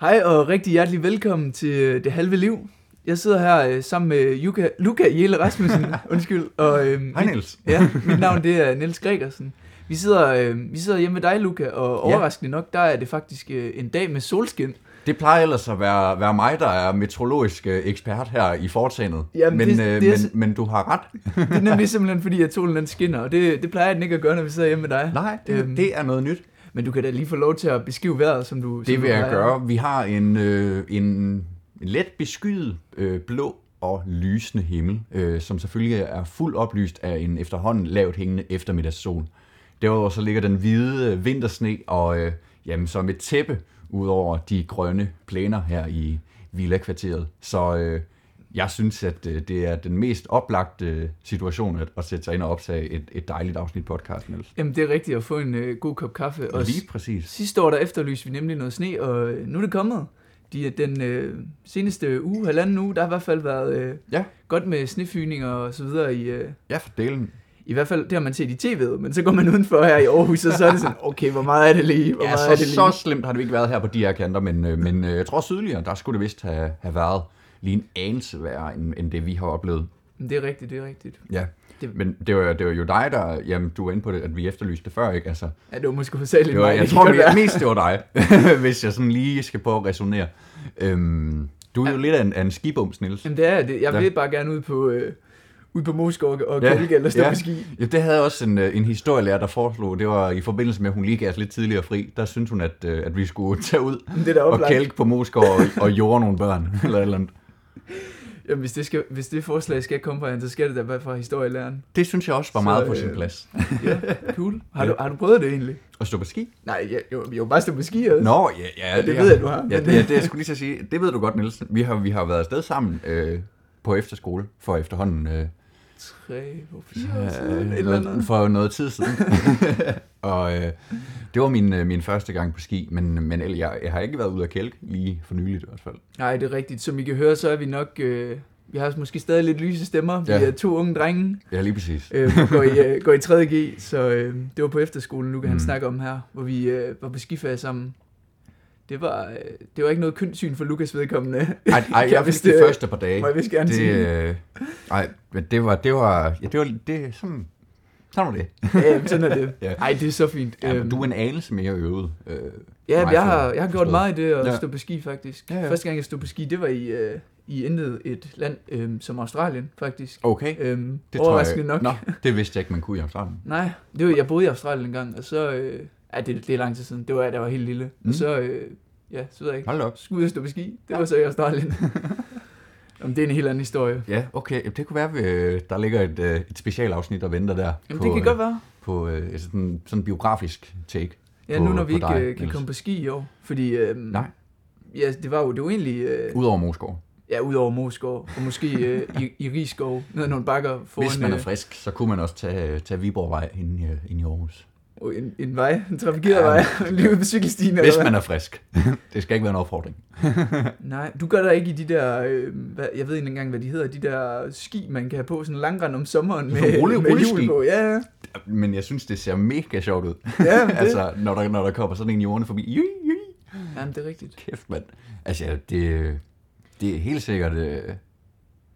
Hej og rigtig hjertelig velkommen til øh, Det Halve Liv. Jeg sidder her øh, sammen med Juka, Luca Jelle Rasmussen, undskyld. Og, øh, Hej Niels. Ja, mit navn det er Niels Gregersen. Vi sidder, øh, vi sidder hjemme ved dig, Luca, og overraskende nok, der er det faktisk øh, en dag med solskin. Det plejer ellers at være, være mig, der er metrologisk øh, ekspert her i foretagendet. Jamen, men, det- øh, det er så- men, men du har ret. Det er nemlig simpelthen fordi, at solen den skinner, og det, det plejer den ikke at gøre, når vi sidder hjemme med dig. Nej, det, Øhm. øhm, det er noget nyt. Men du kan da lige få lov til at beskrive vejret, som du som Det vil du jeg plejer. gøre. Vi har en, øh, en, en let beskyet øh, blå og lysende himmel, øh, som selvfølgelig er fuldt oplyst af en efterhånden lavt hængende eftermiddagssol. Derudover så ligger den hvide øh, vintersne og øh, jamen, som et tæppe ud over de grønne plæner her i Villa-kvarteret. Så øh, jeg synes, at øh, det er den mest oplagte øh, situation at, at sætte sig ind og optage et, et dejligt afsnit podcast, Niels. Jamen, det er rigtigt at få en øh, god kop kaffe. Og Lige præcis. Sidste år der efterlyste vi nemlig noget sne, og øh, nu er det kommet. De, den øh, seneste uge, halvanden uge, der har i hvert fald været øh, Ja. godt med snefyninger og så videre. I, øh, Ja, for delen. I hvert fald, det har man set i tv'et, men så går man udenfor her i Aarhus, og så er det sådan, okay, hvor meget er det lige? Hvor Ja, meget så, er det lige? så slemt har det ikke været her på de her kanter, men, øh, men øh, jeg tror sydligere, der skulle det vist have, have været lige en anelse værre, end, end det vi har oplevet. Men det er rigtigt, det er rigtigt. Ja, Det- det, men det var, det var jo dig, der, jamen du var inde på det, at vi efterlyste det før, ikke? Altså, Ja, det var måske hovedsageligt det var, mig, jeg kan tror godt mere, være. mest det var dig, hvis jeg sådan lige skal på at resonere. Øhm, du er jo lidt af en, af en skibums, Niels. Jamen, det er det. Jeg Ja. vil bare gerne ud på, øh, ud på Moskov og Ja, Kælke eller stå ja. på ski. Ja, det havde jeg også en, øh, en historielærer, der foreslog, det var i forbindelse med, at hun lige gav os lidt tidligere fri, der syntes hun, at, øh, at vi skulle tage ud Det er da og oplagt. kælke på Moskov og, og jorde nogle børn, eller et eller andet. Jamen, hvis det, skal, hvis det forslag skal komme fra hende, så skal det da være fra historielæreren. Det synes jeg også var Så, meget på øh, sin plads. Cool. Har, Ja. du, har du prøvet det egentlig? At stå på ski? Nej, jeg, jo, jo bare stå på ski også. Nå, ja, ja, det ved jeg, du har. Ja, det, ja, det jeg skulle lige så sige. Det ved du godt, Nielsen. Vi har, vi har været afsted sammen øh, på efterskole for efterhånden øh, Tre, hvor fire år siden, et øh, eller noget, andet. for noget tid siden. og øh, det var min, øh, min første gang på ski, men, men ellers- jeg, jeg har ikke været ude at kælke lige for nyligt i hvert fald. Nej, det er rigtigt. Som I kan høre, så er vi nok... Øh, vi har måske stadig lidt lyse stemmer. Vi Ja. er to unge drenge, Ja, lige præcis. øh, går, i, øh, går i 3.G, så øh, det var på efterskolen, nu kan han Mm. snakke om her, hvor vi øh, var på skiferie sammen. Det var, øh, det var ikke noget kønssyn for Lukas vedkommende. Ej, ej jeg jeg fik vist, de øh, første par dage. Må jeg vist gerne Det, sige. øh, ej, men det var, det var, ja, det var, det, sådan, sådan var det. Ja, sådan er det. Ja. Ej, det er så fint. Ja, men Øhm, du er en anelse mere øvet. Øh, Ja, meget jeg har, fed. jeg har gjort meget i det at Ja. stå på ski, faktisk. Ja, ja. Første gang, jeg stod på ski, det var i, øh, i intet et land øhm, som Australien, faktisk. Okay. Øhm, Det overraskende tror jeg, nok. Nå, det vidste jeg ikke, man kunne i Australien. Nej, det var, jeg boede i Australien engang, og så... Øh, ja, det, det er lang tid siden. Det var, da jeg var helt lille. Mm. Mm. Og så... Øh, ja, så ved jeg ikke. Hold da op. Skulle ud og stå på ski. Det var så i Australien. Jamen, det er en helt anden historie. Ja, okay. Jamen, Det kunne være, at der ligger et, øh, et specialafsnit, der venter der. Jamen, det kan øh, godt være. På øh, et sådan, sådan biografisk take. Ja, på- nu når vi på ikke dig, øh, kan Niels. komme på ski i år. Fordi... Øh, Nej. Ja, det var jo, det var egentlig... Øh, Udover Moskov. ja, udover Moskov, og måske øh, i, i Rigskov, ned ad nogle bakker foran... Hvis man er øh, frisk, så kunne man også tage, øh, tage Viborgvej inde, i- inde i Aarhus. Og en, en vej, en trafikeret ja, Ja. vej, lige ude på cykelstien. Hvis eller hvad? man er frisk. det skal ikke være en opfordring. Nej, du gør der ikke i de der, øh, hvad, jeg ved ikke engang, hvad de hedder, de der ski, man kan have på sådan en langrand om sommeren med, Sådan rulle- med hjul rulleski. på. Ja, ja. Men jeg synes, det ser mega sjovt ud. ja men det, altså. altså, når der, når der kommer sådan en jorden forbi. Jui, jui. Jamen, det er rigtigt. Kæft, mand. Altså, ja, det, det er helt sikkert... Øh, ja,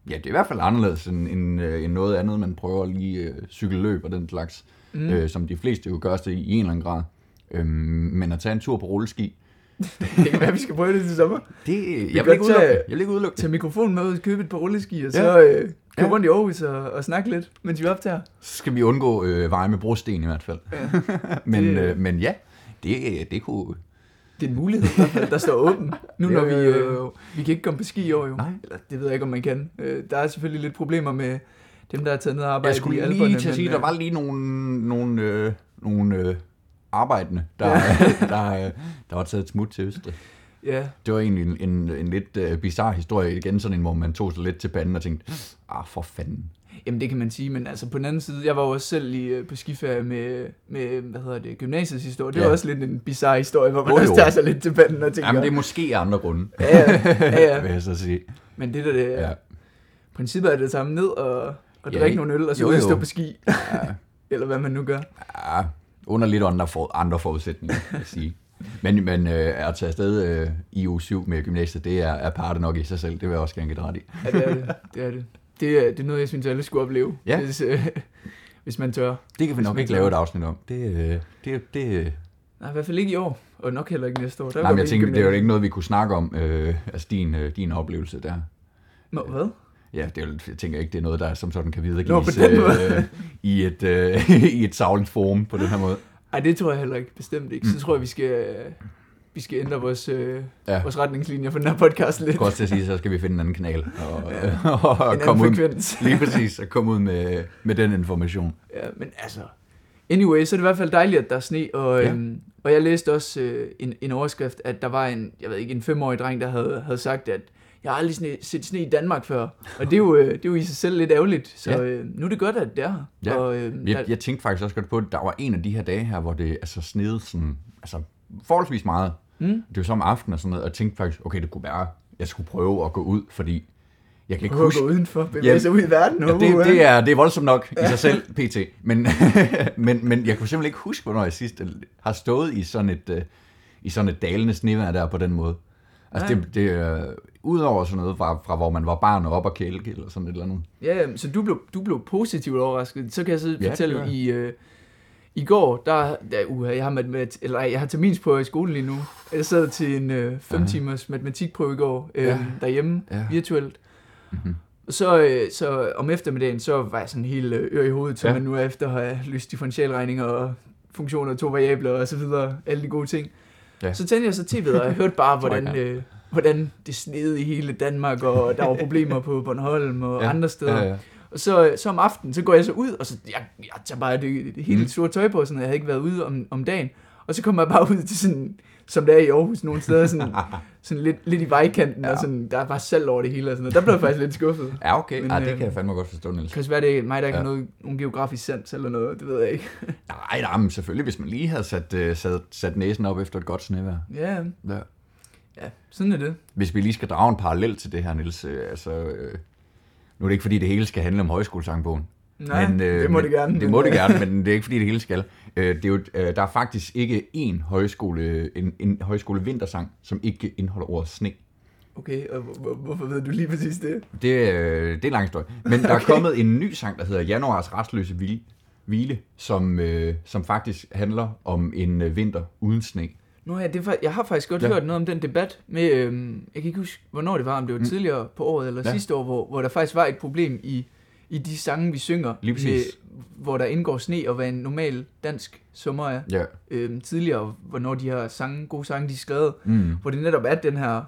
det er i hvert fald anderledes end, end, øh, end noget andet, man prøver lige øh, cykelløb og den slags, Mm. mm. øh, som de fleste jo gør det i en eller anden grad. Øhm, men at tage en tur på rulleski, Det kan være, vi skal prøve det til sommer. det, kan jeg vil, ikke godt tage- udelukke, det. jeg vil ikke udelukke det. Tag mikrofonen med ud, købe et par rulleski, og så Ja. øh, køre Ja. rundt i Aarhus og, og snakke lidt, mens vi optager. Så skal vi undgå øh, veje med brosten i hvert fald. Ja. men, Det- øh, men ja, det, det kunne... Det er en mulighed, i hvert fald, der står åben. Nu når vi, øh, vi kan ikke komme på ski i år jo. Nej. Eller, det ved jeg ikke, om man kan. Øh, der er selvfølgelig lidt problemer med dem, der er taget ned og arbejdet Jeg i skulle Alperne, lige til at sige, men, der øh, var lige nogle, nogle, øh, nogle øh, arbejdende, der, der, øh, der var taget et smut til Østrig. øh, Ja, Det var egentlig en, en, en lidt øh, bizarre historie igen, sådan en, hvor man tog sig lidt til panden og tænkte, ah, for fanden. Jamen det kan man sige, men altså på den anden side, jeg var jo også selv lige øh, på skiferie med, med hvad hedder det, gymnasiets historie. Det var Ja. også lidt en bizarre historie, hvor man Jo, jo. også tager sig lidt til panden og tænker, Jamen, det er måske af andre grunde, ja, ja, ja, vil ja. jeg så sige. Men det der, det, Ja. ja. princippet er det samme ned og, og Ja, drikke nogle øl, og så jo, ud og jo. stå på ski, eller hvad man nu gør. ja under lidt andre, for, andre forudsætninger, vil jeg sige. Men, men øh, at tage afsted øh, i u 7 med gymnasiet, det er, er parter nok i sig selv. Det vil jeg også gerne give dig ret i. Ja, det er det. Det er det. Det er, det er noget, jeg synes, alle skulle opleve, Ja. hvis, øh, hvis man tør. Det kan vi nok ikke lave et afsnit om. Det, øh, det, det, Nej, i hvert fald ikke i år, og nok heller ikke næste år. Der nej, går men jeg vi i tænker, det er jo gymnasiet. ikke noget, vi kunne snakke om, øh, altså din, øh, din oplevelse der. Nå, hvad? Ja, det er, jo- jeg tænker ikke, det er noget, der som sådan kan Nå, på videregives den måde. øh, i et, øh, i et savligt forum på den her måde. Ej, det tror jeg heller ikke. Bestemt ikke. Mm. Så tror jeg, vi skal, øh, vi skal ændre vores, øh, Ja. vores retningslinjer for den her podcast lidt. Jeg kunne også til at sige, så skal vi finde en anden kanal og, øh, og en komme anden ud, frekvens. lige præcis, og komme ud med, med den information. Ja, men altså... Anyway, så er det i hvert fald dejligt, at der er sne, og, Ja. ja. øhm, og jeg læste også øh, en, en overskrift, at der var en, jeg ved ikke, en femårig dreng, der havde, havde sagt, at jeg har aldrig sne, set sne i Danmark før, og det er jo, øh, det er jo i sig selv lidt ærgerligt, så Ja. øh, nu er det godt, at det er her. Ja. Og, øh, der, Jeg, jeg tænkte faktisk også godt på, at der var en af de her dage her, hvor det altså snede sådan, altså forholdsvis meget. Mm. Det var så om aftenen og sådan noget, og jeg tænkte faktisk, okay, det kunne være, jeg skulle prøve at gå ud, fordi jeg kan ikke Prøv at huske... gå udenfor, bevæge Jamen, sig ud i verden. Ja, det, det, er, det er voldsomt nok i sig selv, pt. Men, men, men jeg kunne simpelthen ikke huske, hvornår jeg sidst øh, har stået i sådan et, øh, i sådan et dalende snevejr der på den måde. Altså Nej. det, det øh, udover sådan noget fra, fra, hvor man var barn og op og kælke eller sådan et eller andet. Ja, jamen, så du blev, du blev positivt overrasket. Så kan jeg så det ja, fortælle, gjorde jeg. i, øh, i går, der, der uha, jeg har matematik, eller ej, jeg har terminsprøve i skolen lige nu. Jeg sad til en 5 øh, fem timers matematikprøve i går øh, Ja. ja. derhjemme, Ja. ja. virtuelt. Mhm. Mm-hmm. Så, øh, så om eftermiddagen, så var jeg sådan helt øh, ør i hovedet, som Ja. ja. man nu er efter har lyst differentialregninger og funktioner, to variabler og så videre, alle de gode ting. Ja. Ja. Så tændte jeg så tv'et, og jeg hørte bare, hvordan, Tror øh, hvordan det snede i hele Danmark, og der var problemer på Bornholm og Ja. ja. andre steder. Ja, ja. Og så, så om aftenen, så går jeg så ud, og så, jeg, jeg tager bare det, det Mm. hele store tøj på, sådan, jeg havde ikke været ude om, om dagen. Og så kommer jeg bare ud til sådan, som det er i Aarhus nogle steder, sådan, sådan lidt, lidt i vejkanten, ja. og sådan, der er bare salg over det hele og sådan noget. Der blev jeg faktisk lidt skuffet. ja okay. Men, Men, Ej, det øh, kan jeg fandme godt forstå, Niels. Det kan også være, det er mig, der ikke Ja. har noget, nogen geografisk sans eller noget, det ved jeg ikke. Nej, nej, men selvfølgelig, hvis man lige havde sat, øh, sat, sat næsen op efter et godt snevejr. Ja, Ja. ja sådan er det. Hvis vi lige skal drage en parallel til det her, Niels, øh, altså... Øh, nu er det ikke, fordi det hele skal handle om højskolesangbogen. Nej, men, øh, det må men- det gerne. Det må men, det øh, gerne, men det er ikke, fordi det hele skal. Øh, det er jo, øh, der er faktisk ikke én højskole, en, en højskole vintersang, som ikke indeholder ordet sne. Okay, og hvor- hvor- hvorfor ved du lige præcis det? Det, øh, det er en lang historie. Men der er kommet en ny sang, der hedder Januars restløse hvile, hvile som, øh, som faktisk handler om en øh, vinter uden sne. Nu har jeg, det, er fa- jeg har faktisk godt Ja. ja. hørt noget om den debat med, øhm, jeg kan ikke huske, hvornår det var, om det var tidligere på året eller Mm. Ja. ja. sidste år, hvor, hvor der faktisk var et problem i, i de sange, vi synger, Lige præcis. hvor der indgår sne og hvad en normal dansk sommer er Ja. øhm, tidligere, hvornår de her sange, gode sange, de er skrevet, Mm. hvor det netop er den her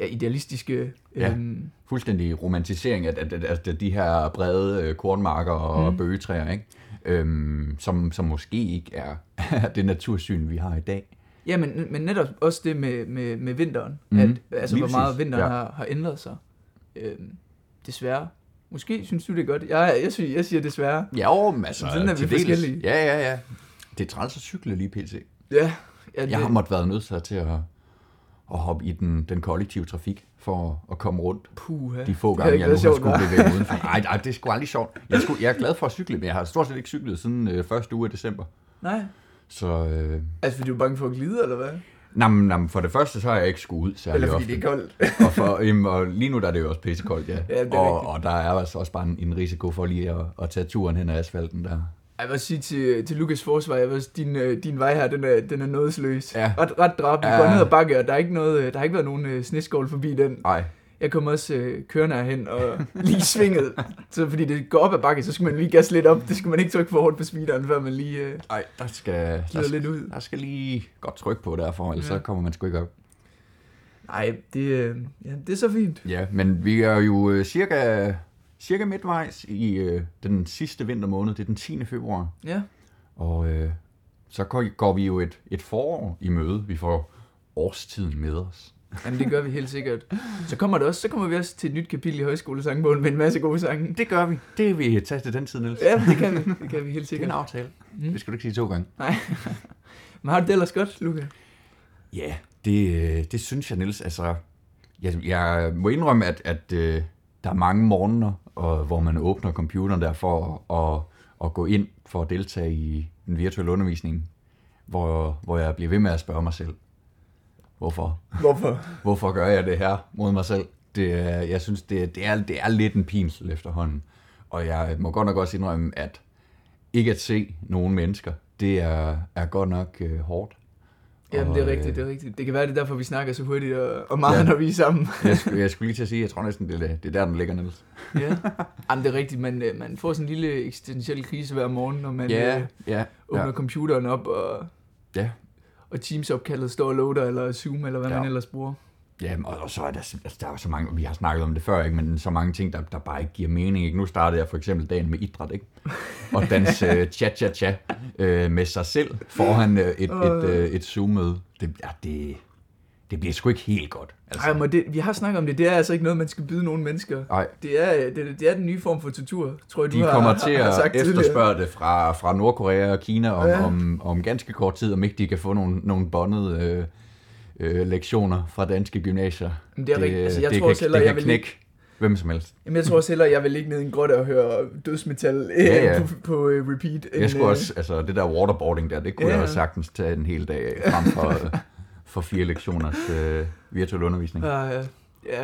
ja, idealistiske... Ja. Øhm, Fuldstændig romantisering af, af, af, af de her brede øh, kornmarker og mm. Mm. bøgetræer, ikke? Øhm, som, som måske ikke er det natursyn, vi har i dag. ja, men, men netop også det med, med, med vinteren, Mhm. mm. at, altså Lige hvor meget præcis. vinteren Ja. ja. har, har ændret sig. Øhm, desværre. Måske synes du det er godt. Jeg, jeg, synes, jeg siger desværre. Ja, jo, men altså, Sådan er vi til forskellige. Ja, ja, ja. Det er træls at cykle lige pt. Ja, ja det, Jeg har måttet været nødt til at, at hoppe i den, den kollektive trafik for at komme rundt Puha. de få Det har gange, ikke jeg nu været har sjovt, skulle nej. bevæge udenfor. Nej, nej, det er sgu aldrig sjovt. Jeg, skulle, jeg er glad for at cykle, men jeg har stort set ikke cyklet siden øh, første uge af december. Nej. Så øh, Altså, fordi du er bange for at glide, eller hvad? nam, nam, for det første, så har jeg ikke skulle ud Eller særlig fordi ofte. det er koldt. Og, for, jamen, og lige nu der er det jo også pissekoldt, ja. Ja, det er og, rigtigt. og der er altså også bare en, en risiko for lige at, at tage turen hen ad asfalten der. Jeg vil også sige til, til Lukas Forsvar, jeg vil også, din, øh, din vej her, den er, den er nådesløs. Ja. Ret, ret drab. Du Ja. går ned ad bakke, og der, er ikke noget, øh, der har ikke været nogen øh, sneskål forbi den. Ej, Jeg kommer også øh, kørende herhen og lige i svinget. Så fordi det går op ad bakke, så skal man lige gas lidt op. Det skal man ikke trykke for hårdt på speederen, før man lige øh, ej, der skal... Der glider lidt ud. Der skal lige godt tryk på derfor, ellers ja. Ja. så kommer man sgu ikke op. Nej, det, øh, ja, det er så fint. Ja, men vi er jo øh, cirka, cirka midtvejs i øh, den sidste vintermåned. Det er den 10. februar. Ja. Og øh, så går, går vi jo et, et forår i møde. Vi får årstiden med os. Jamen, det gør vi helt sikkert. Så kommer, det også, så kommer vi også til et nyt kapitel i højskolesangbogen med en masse gode sange. Det gør vi. Det vil vi tage til den tid, Niels. Ja, det kan vi. Det kan vi helt Det er en sikkert. aftale. Mm. Det skal du ikke sige to gange. Men har du det ellers godt, Luca? Ja, det, øh, det synes jeg, Niels. Altså, jeg, jeg må indrømme, at, at øh, der er mange morgener, og, hvor man åbner computeren der for at, at, at gå ind for at deltage i en virtuel undervisning. hvor, hvor jeg bliver ved med at spørge mig selv, hvorfor? Hvorfor? Hvorfor gør jeg det her mod mig selv? Det, er- jeg synes, det, er- det, er, det er lidt en pinsel efterhånden. Og jeg må godt nok også indrømme, at ikke at se nogen mennesker, det er, er godt nok øh, hårdt. Jamen, det er Og, øh, rigtigt, det er rigtigt. Det kan være, det er derfor, vi snakker så hurtigt og, og meget, Ja. ja. når vi er sammen. Jeg skulle, jeg skulle lige til at sige, jeg tror næsten, det er, det er der, den ligger, Niels. ja. Jamen, det er rigtigt. Man, øh, man får sådan en lille eksistentiel krise hver morgen, når man øh, ja, åbner ja. computeren op, og, ja. og Teams-opkaldet står og loader, eller Zoom, eller hvad Ja. man ellers bruger. Ja, og og så er der, sim- altså, der er jo så mange, vi har snakket om det før, ikke? men så mange ting, der, der bare ikke giver mening. Ikke? Nu startede jeg for eksempel dagen med idræt, ikke? og danse øh, cha-cha-cha øh, med sig selv foran øh, et, et, øh, et Zoom-møde. Det, ja, det, det bliver sgu ikke helt godt. Altså. Ej, men det, vi har snakket om det. Det er altså ikke noget, man skal byde nogen mennesker. Nej, Det er, øh, det, det er den nye form for tortur, tror jeg, du de har, kommer har, til har sagt at tidligere. efterspørge det fra, fra Nordkorea og Kina om, Ja. ja. om, om ganske kort tid, om ikke de kan få nogle, nogle bondede øh, øh, lektioner fra danske gymnasier. Men det er rigtigt. Altså, jeg det tror kan, også hellere, det jeg kan vil knække hvem som helst. Jamen, jeg tror også hellere, jeg vil ligge ned i en grotte og høre dødsmetal øh, Ja, ja. på, på øh, repeat. end, Jeg skulle øh, også, altså det der waterboarding der, det kunne Ja. ja. jeg jo sagtens tage en hel dag af, frem for, øh, for fire lektioners øh, virtuel undervisning. Ja, øh, ja.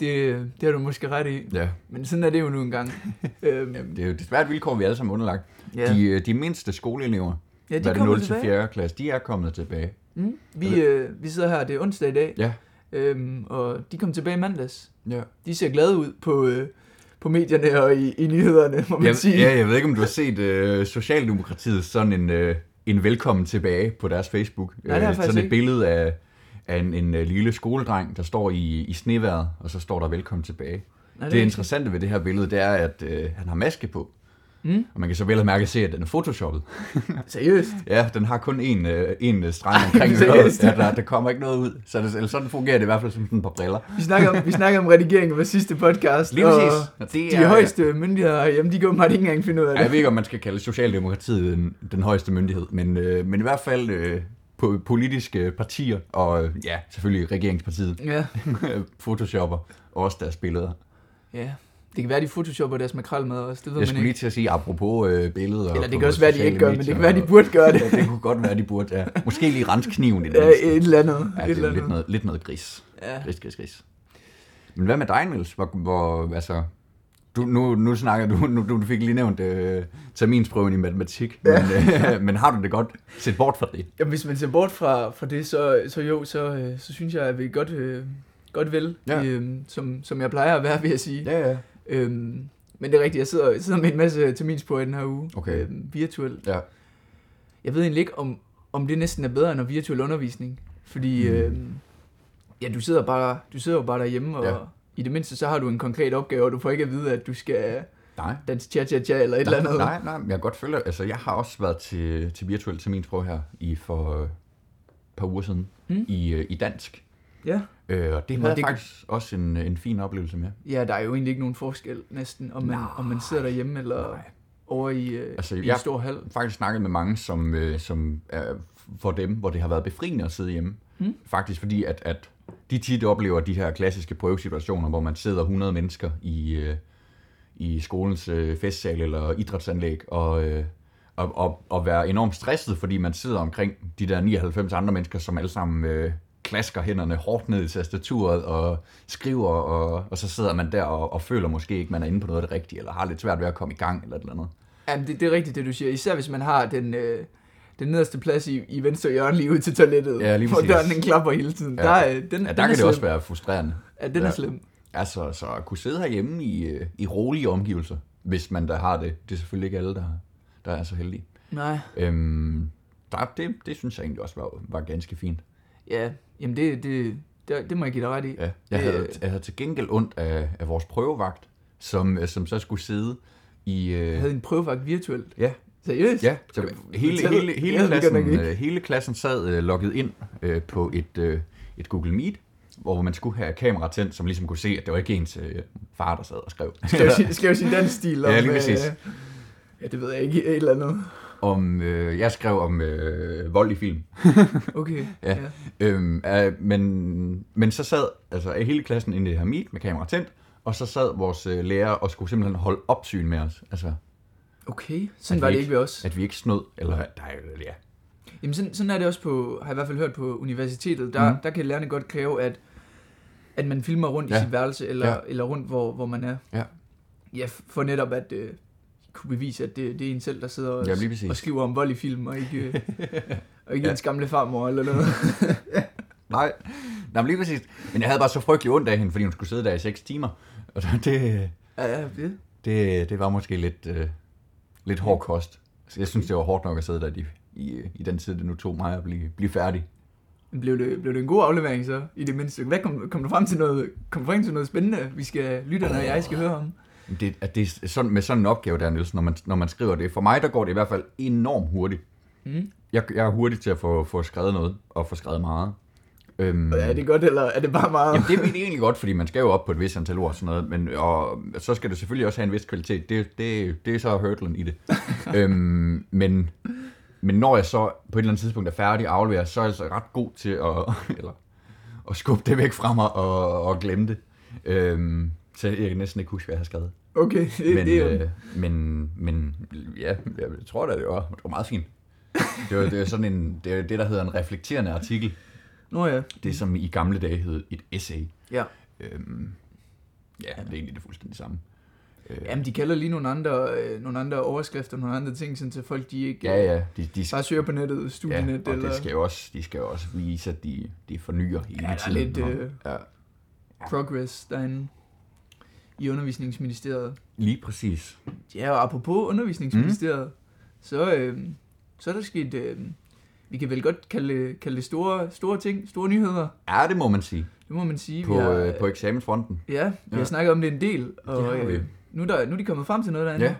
Det, det har du måske ret i. Ja, Men sådan er det jo nu engang. øhm, det er jo desværre et vilkår, vi alle sammen er underlagt. ja. De, øh, de mindste skoleelever, ja, hvad er det kommer 0 til tilbage. 4. klasse, de er kommet tilbage. Mm. Vi, øh, vi sidder her, det er onsdag i dag, Ja. øhm, og de kom tilbage i mandags. Ja. De ser glade ud på, øh, på medierne og i, i nyhederne, må man Jeg, sige. ja, jeg ved ikke, om du har set øh, Socialdemokratiet sådan en, øh, en velkommen tilbage på deres Facebook. Nej, det har jeg Øh, faktisk sådan et ikke. billede af, af en, en øh, lille skoledreng, der står i, i sneværet, og så står der velkommen tilbage. Nej, Det er interessante ved det her billede, det er, at øh, han har maske på. Mm. Og man kan så vel og mærke se, at den er photoshoppet. ikke- Seriøst? Ja, den har kun én, øh, én øh, streng omkring seriøst? øret. Ja, der, der kommer ikke noget ud. Så det, eller sådan fungerer det i hvert fald som sådan et par briller. Vi snakker om, vi snakker om redigering i vores sidste podcast. Lige præcis. Og Og det Øh, de højeste myndigheder herhjemme, de kan åbenbart ikke engang finde ud af Ja, jeg det. ved ikke, om man skal kalde Socialdemokratiet den, den højeste myndighed, men, øh, men i hvert fald øh, på politiske partier, og øh, ja, selvfølgelig regeringspartiet, Ja. photoshopper også deres billeder. ja. Det kan være, de photoshopper deres makrelmad også, det ved Jeg man skulle ikke. lige til at sige apropos øh, billeder. Eller på det kan også være, de sociale ikke gør, men det medier kan være, de og- burde gøre det. Ja, det kunne godt være, de burde, ja. Måske lige rense kniven i det. Ja, mindste. et eller andet. Ja, et det eller er jo lidt andet. noget, lidt noget gris. Ja. Gris, gris, gris. Men hvad med dig, Niels? Hvor, hvor altså, du, nu, nu snakker du, nu, du fik lige nævnt øh, terminsprøven i matematik, men, øh, men har du det godt? Sæt bort fra det. Jamen, hvis man ser bort fra, fra det, så, så jo, så, øh, så synes jeg, at vi er godt, øh, godt vel, Ja. øhm, som, som jeg plejer at være, vil jeg sige. Ja, ja. Øhm, men det er rigtigt, jeg sidder, jeg sidder med en masse termins på i den her uge, Okay. øhm, virtuelt. Ja. Jeg ved egentlig ikke, om, om det næsten er bedre end at virtuel undervisning, fordi Mm. øhm, ja, du sidder bare, du sidder jo bare derhjemme, og Ja. i det mindste så har du en konkret opgave, og du får ikke at vide, at du skal Nej. danse cha-cha-cha eller et eller andet. Nej, nej, men jeg kan godt følge, altså jeg har også været til, til virtuel terminsprøve her i for øh, et par uger siden Mm. i, øh, i dansk. Ja. Øh, og det Nå, havde det- faktisk også en, en fin oplevelse med. Ja, der er jo egentlig ikke nogen forskel næsten, om man, Nej. om man sidder derhjemme eller Nej. over i, øh, Altså, altså, i jeg- en stor hal. faktisk snakket med mange, som, øh, som er for dem, hvor det har været befriende at sidde hjemme. Mm. Faktisk fordi, at, at de tit oplever de her klassiske prøvesituationer, hvor man sidder 100 mennesker i, øh, i skolens øh, festsal eller idrætsanlæg, og, øh, og, og, og være enormt stresset, fordi man sidder omkring de der 99 andre mennesker, som alle sammen øh, klasker hænderne hårdt ned i tastaturet og skriver, og, og så sidder man der og, og føler måske ikke, man er inde på noget af det rigtige, eller har lidt svært ved at komme i gang, eller et eller andet. Jamen, det, det er rigtigt, det du siger. Især hvis man har den, øh, den nederste plads i, i venstre hjørne lige ud til toilettet, Ja, lige hvor præcis. døren den klapper hele tiden. Ja. Ja. Der, er- øh, den, Ja, den der er kan det slem. også være frustrerende. Ja, den er Ja. slem. Altså, så at kunne sidde herhjemme i, øh, i rolige omgivelser, hvis man da har det. Det er selvfølgelig ikke alle, der, der er så heldige. Nej, Øhm, der, det, det synes jeg egentlig også var, var ganske fint. ja. Jamen, det, det, det, det må jeg give dig ret i. Ja. Ja. Jeg, havde, Det- jeg havde til gengæld ondt af, af vores prøvevagt, som, øh, som så skulle sidde i... Jeg Øh, havde en prøvevagt virtuelt. ja, Seriøst? ja så hele, fortælle- hele, Ja, hele, det gør klassen, nok ikke. øh, hele klassen sad øh, logget ind øh, på et, øh, et Google Meet, hvor man skulle have kamera tændt, som ligesom kunne se, at det var ikke ens øh, far, der sad og skrev. Skal jeg sige- Skal jeg jo sige dansk stil? Ja, om, lige øh, præcis. Ja, det ved jeg ikke. Et eller andet. om øh, jeg skrev om øh, vold i film. Okay, Ja. ja. ja. Øhm, øh, men, men så sad altså hele klassen inde i det her meet med kamera tændt, og så sad vores øh, lærer og skulle simpelthen holde opsyn med os. Altså, Okay, sådan At var Altså, vi det ikke ved os. at vi ikke snød, eller der, er- ja, Jamen sådan, sådan er det også på, har jeg i hvert fald hørt på universitetet, der, Mhm. mm. der kan lærerne godt kræve, at, at man filmer rundt ja. Ja. i sit værelse, eller, Ja. ja. eller rundt, hvor, hvor man er. Ja. Ja, for netop at øh, kunne bevise, at det, det er en selv, der sidder og, Jamen, lige præcis. og skriver om vold i film, og ikke, øh, og ikke Ja. ja. ens gamle farmor eller noget. Nej. Nej, men lige præcis. Men jeg havde bare så frygtelig ondt af hende, fordi hun skulle sidde der i 6 timer. Og så det, ja, ja, det. det, det var måske lidt, øh, lidt hård kost. Så Jeg synes, det var hårdt nok at sidde der i, i, øh, i den tid, det nu tog mig at blive, blive færdig. Men Blev det, blev det en god aflevering så, i det mindste? Hvad kom, kom du frem til noget, kom du frem til noget spændende, vi skal, lytterne og jeg skal høre om? Men Det, at det er sådan, med sådan en opgave der, Niels, når man, når man skriver det. For mig, der går det i hvert fald enormt hurtigt. Mm. Jeg, jeg er hurtig til at få, få skrevet noget, og få skrevet meget. Øhm, Er det godt, eller er det bare meget... Jamen, det er egentlig godt, fordi man skal jo op på et vis antal ord og sådan noget, men og, så skal det selvfølgelig også have en vis kvalitet. Det, det, det er så hurdlen i det. øhm, men, men når jeg så på et eller andet tidspunkt er færdig og afleverer, så er jeg så ret god til at, eller, at skubbe det væk fra mig og, og glemme det. Øhm, så jeg kan næsten ikke huske, hvad jeg har skrevet. Okay, det, Men, det er jo... øh, men, men ja, jeg tror da, det var, det var meget fint. Det var, det var sådan en, det, er det, der hedder en reflekterende artikel. Nå ja. Det, som i gamle dage hed et essay. ja. Øhm, ja, det er egentlig det fuldstændig samme. Øh, Jamen, de kalder lige nogle andre, øh, nogle andre overskrifter, nogle andre ting, sådan, så folk de ikke ja, ja, de, de, bare søger på nettet, ja, studienet og eller... det skal jo også, de skal jo også vise, at de, de fornyer hele Ja, der er tiden. lidt, øh, ja, Progress derinde i undervisningsministeriet. lige præcis. Ja, og apropos undervisningsministeriet, Mm. så, øh, så er der sket... Øh, vi kan vel godt kalde, kalde det store, store ting, store nyheder. Ja, det må man sige. Det må man sige. På, vi har, øh, på eksamensfronten. Ja, vi har Ja. snakket om det en del, Det har og vi. øh, nu, er der, nu er de kommet frem til noget derinde. Ja,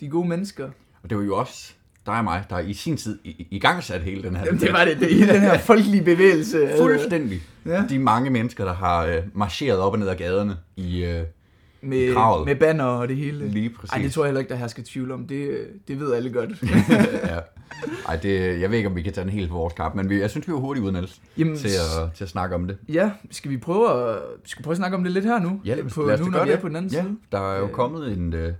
De gode mennesker. og det var jo også dig og mig, der i sin tid i, i gang satte hele den her Jamen, det var det, det i den her folkelige bevægelse. øh, Fuldstændig. Ja. De mange mennesker, der har øh, marcheret op og ned ad gaderne i øh, med, kravet. med banner og det hele. lige præcis. Ej, det tror jeg heller ikke, der hersker tvivl om. Det, øh, det ved alle godt. ja. Ej, det, jeg ved ikke, om vi kan tage den helt på vores kap, men vi, jeg synes, vi var hurtigt ude, Niels, Jamen, til at, til at snakke om det. ja, skal vi prøve at, skal vi prøve at snakke om det lidt her nu? Ja, lad os, på, lad os nu, da når gøre vi er det. på den anden ja, side. Der er jo Øh. kommet en, øh,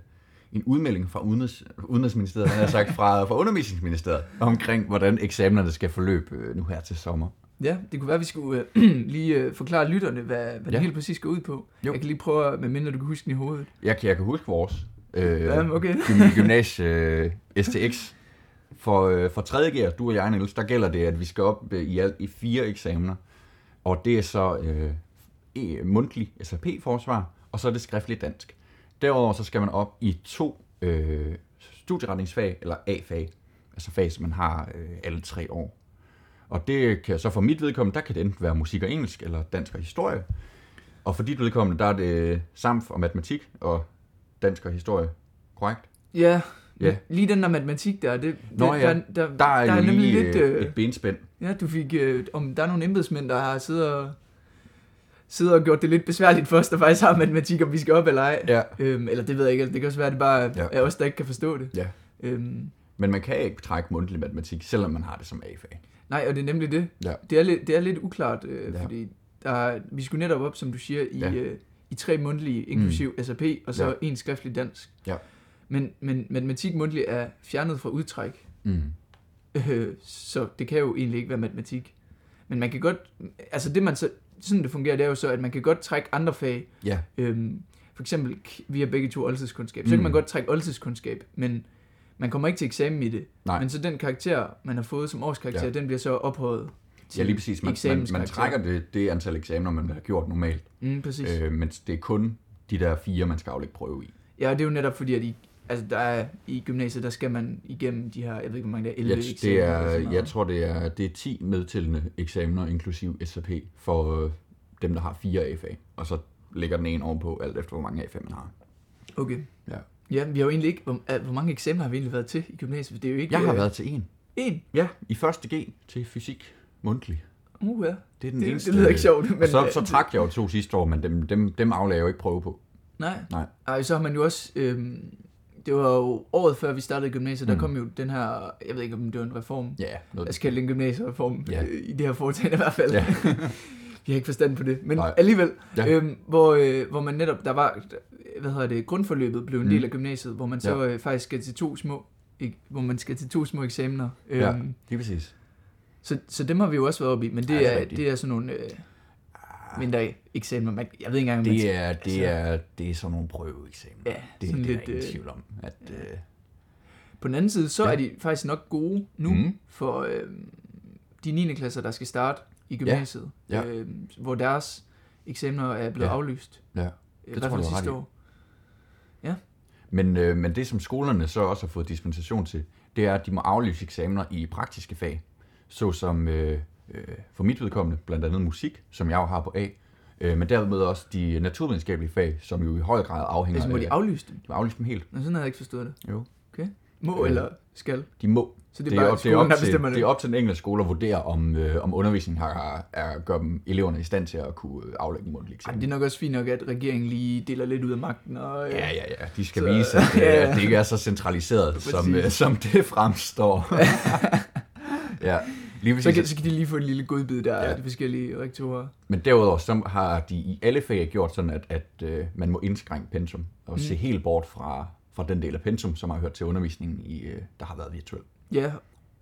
en udmelding fra Udenrigs, Udenrigsministeriet, han har sagt, fra, fra Undervisningsministeriet, omkring, hvordan eksamenerne skal forløbe øh, nu her til sommer. Ja, det kunne være, at vi skulle øh, lige øh, forklare lytterne, hvad, hvad ja. Ja. det helt præcis går ud på. Jo. Jeg kan lige prøve, at- medmindre du kan huske den i hovedet. Jeg, kan- jeg kan huske vores øh, Jamen, okay. gym- gymnasie øh, STX. For, øh, for 3.G'er, du og jeg, Niels, der gælder det, at vi skal op øh, i, alt, i fire eksamener. Og det er så øh, e- mundtlig SAP-forsvar, og så er det skriftligt dansk. Derudover så skal man op i to øh, studieretningsfag, eller A-fag. Altså fag, som man har øh, alle tre år. Og det kan så for mit vedkommende, der kan det enten være musik og engelsk, eller dansk og historie. Og for dit vedkommende, der er det samf og matematik og dansk og historie, korrekt? Ja, Ja. lige den der matematik der, det, Nå det, ja, der, der, Der er, der er jo nemlig lige lidt... øh, Øh, et benspænd. Ja, du fik, øh, om der er nogle embedsmænd, der har siddet og, siddet og gjort det lidt besværligt for os, der faktisk har matematik, om vi skal op eller ej. Ja. Øhm, eller det ved jeg ikke, det kan også være, at det bare Ja. ja. er os, der ikke kan forstå det. Ja. Øhm, Men man kan ikke trække mundtlig matematik, selvom man har det som A-fag. nej, og det er nemlig det. Ja. Det, er lidt, det er lidt uklart, øh, Ja. ja. fordi der, er- vi skulle netop op, som du siger, i, Ja. ja. øh, i tre mundtlige, inklusiv mm. SAP, og så en skriftlig dansk. Ja. Men, men matematik mundtlig er fjernet fra udtræk. Mm. Øh, så det kan jo egentlig ikke være matematik. Men man kan godt, altså det man så, sådan det fungerer, det er jo så, at man kan godt trække andre fag. Ja, Øhm, for eksempel, k- vi har begge to oldtidskundskab, så Mm. kan man godt trække oldtidskundskab, men man kommer ikke til eksamen i det. Nej. Men så den karakter, man har fået som årskarakter, Ja. ja. den bliver så ophøjet. ja lige præcis. Man, man, man eksamenskarakter. trækker det, det antal eksamener, man har gjort normalt. Mm, præcis. Øh. Øh, men det er kun de der fire, man skal aflægge prøve i. Ja, og det er jo netop fordi, at i, altså der er, i gymnasiet, der skal man igennem de her, jeg ved ikke, hvor mange der er, 11 Jeg, det eksamener eller sådan er, noget. jeg tror, det er, det er 10 medtællende eksamener, inklusiv SAP, for øh, dem, der har fire A-fag. Og så ligger den ene ovenpå, alt efter hvor mange A-fag man har. Okay. Ja. Ja, vi har jo egentlig ikke, hvor, øh, hvor mange eksamener har vi egentlig været til i gymnasiet? For Det er jo ikke... Jeg har øh, været til en. En. Ja, i første G til fysik mundtlig. Uh, ja. Det er den Det, eneste. det lyder ikke sjovt, Men, men... øh, så, så trak jeg jo to sidste år, men dem, dem, dem aflagde jeg jo ikke prøve på. Nej. Nej. Ej, så har man jo også... Øhm, det var jo året før, vi startede gymnasiet, der Mm. kom jo den her... Jeg ved ikke, om det var en reform. Ja, noget, Jeg skal kalde det en gymnasiereform Ja. ja. øh, i det her foretagende i hvert fald. Ja. vi har ikke forstand på det, men Nej. Nej. alligevel. Ja. Ja. Øhm, hvor, øh, hvor man netop... Der var... Hvad hedder det? Grundforløbet blev en Mm. del af gymnasiet, hvor man så Ja. øh, faktisk skal til to små ek- hvor man skal til to små eksamener. Ja, Øhm, lige præcis. så, så dem har vi jo også været oppe i, men det, Ja, det er er, rigtigt. Ah. det er sådan nogle øh, mindre eksamener. Man, jeg ved ikke engang, om man skal- Det er, det er, det er sådan nogle prøveeksamener. altså- Ja, det, sådan det er lidt, der ingen øh, tvivl om. At, øh, På den anden side, så Ja. ja. er de faktisk nok gode nu Mm. mm. for øh, de 9. klasser, der skal starte i gymnasiet, Ja. Øh, hvor deres eksamener er blevet Ja. ja. aflyst. øh, ja. Det tror jeg, du har ret i. år. Men, øh, men det, som skolerne så også har fået dispensation til, det er, at de må aflyse eksamener i praktiske fag, såsom øh, øh, for mit vedkommende, blandt andet musik, som jeg jo har på A, øh, men dermed også de naturvidenskabelige fag, som jo i høj grad afhænger Altså må de aflyse dem? de må aflyse dem helt. Nå, sådan havde jeg ikke forstået det. Jo. Okay. Må Øh, øh. eller skal? De må. Så det er, det er bare op, det, er skolen, op der til, bestemmer det er op til den enkelte skole at vurdere, om, øh, om undervisningen har, er, gør dem eleverne i stand til at kunne øh, aflægge en mundtlig Ej, eksamen. men det er nok også fint nok, at regeringen lige deler lidt ud af magten. Og, øh, Ja, ja, ja. De skal Så- så, vise, at, Ja, ja, ja. at det ikke er så centraliseret, som, Præcis. øh, som det fremstår. ja, lige Så, præcis. kan, så kan de lige få en lille godbid der ja. Ja. af de forskellige rektorer. Men derudover så har de i alle fag gjort sådan, at, at øh, man må indskrænke pensum og mm. se helt bort fra, fra den del af pensum, som har hørt til undervisningen, i, øh, der har været virtuel. Ja,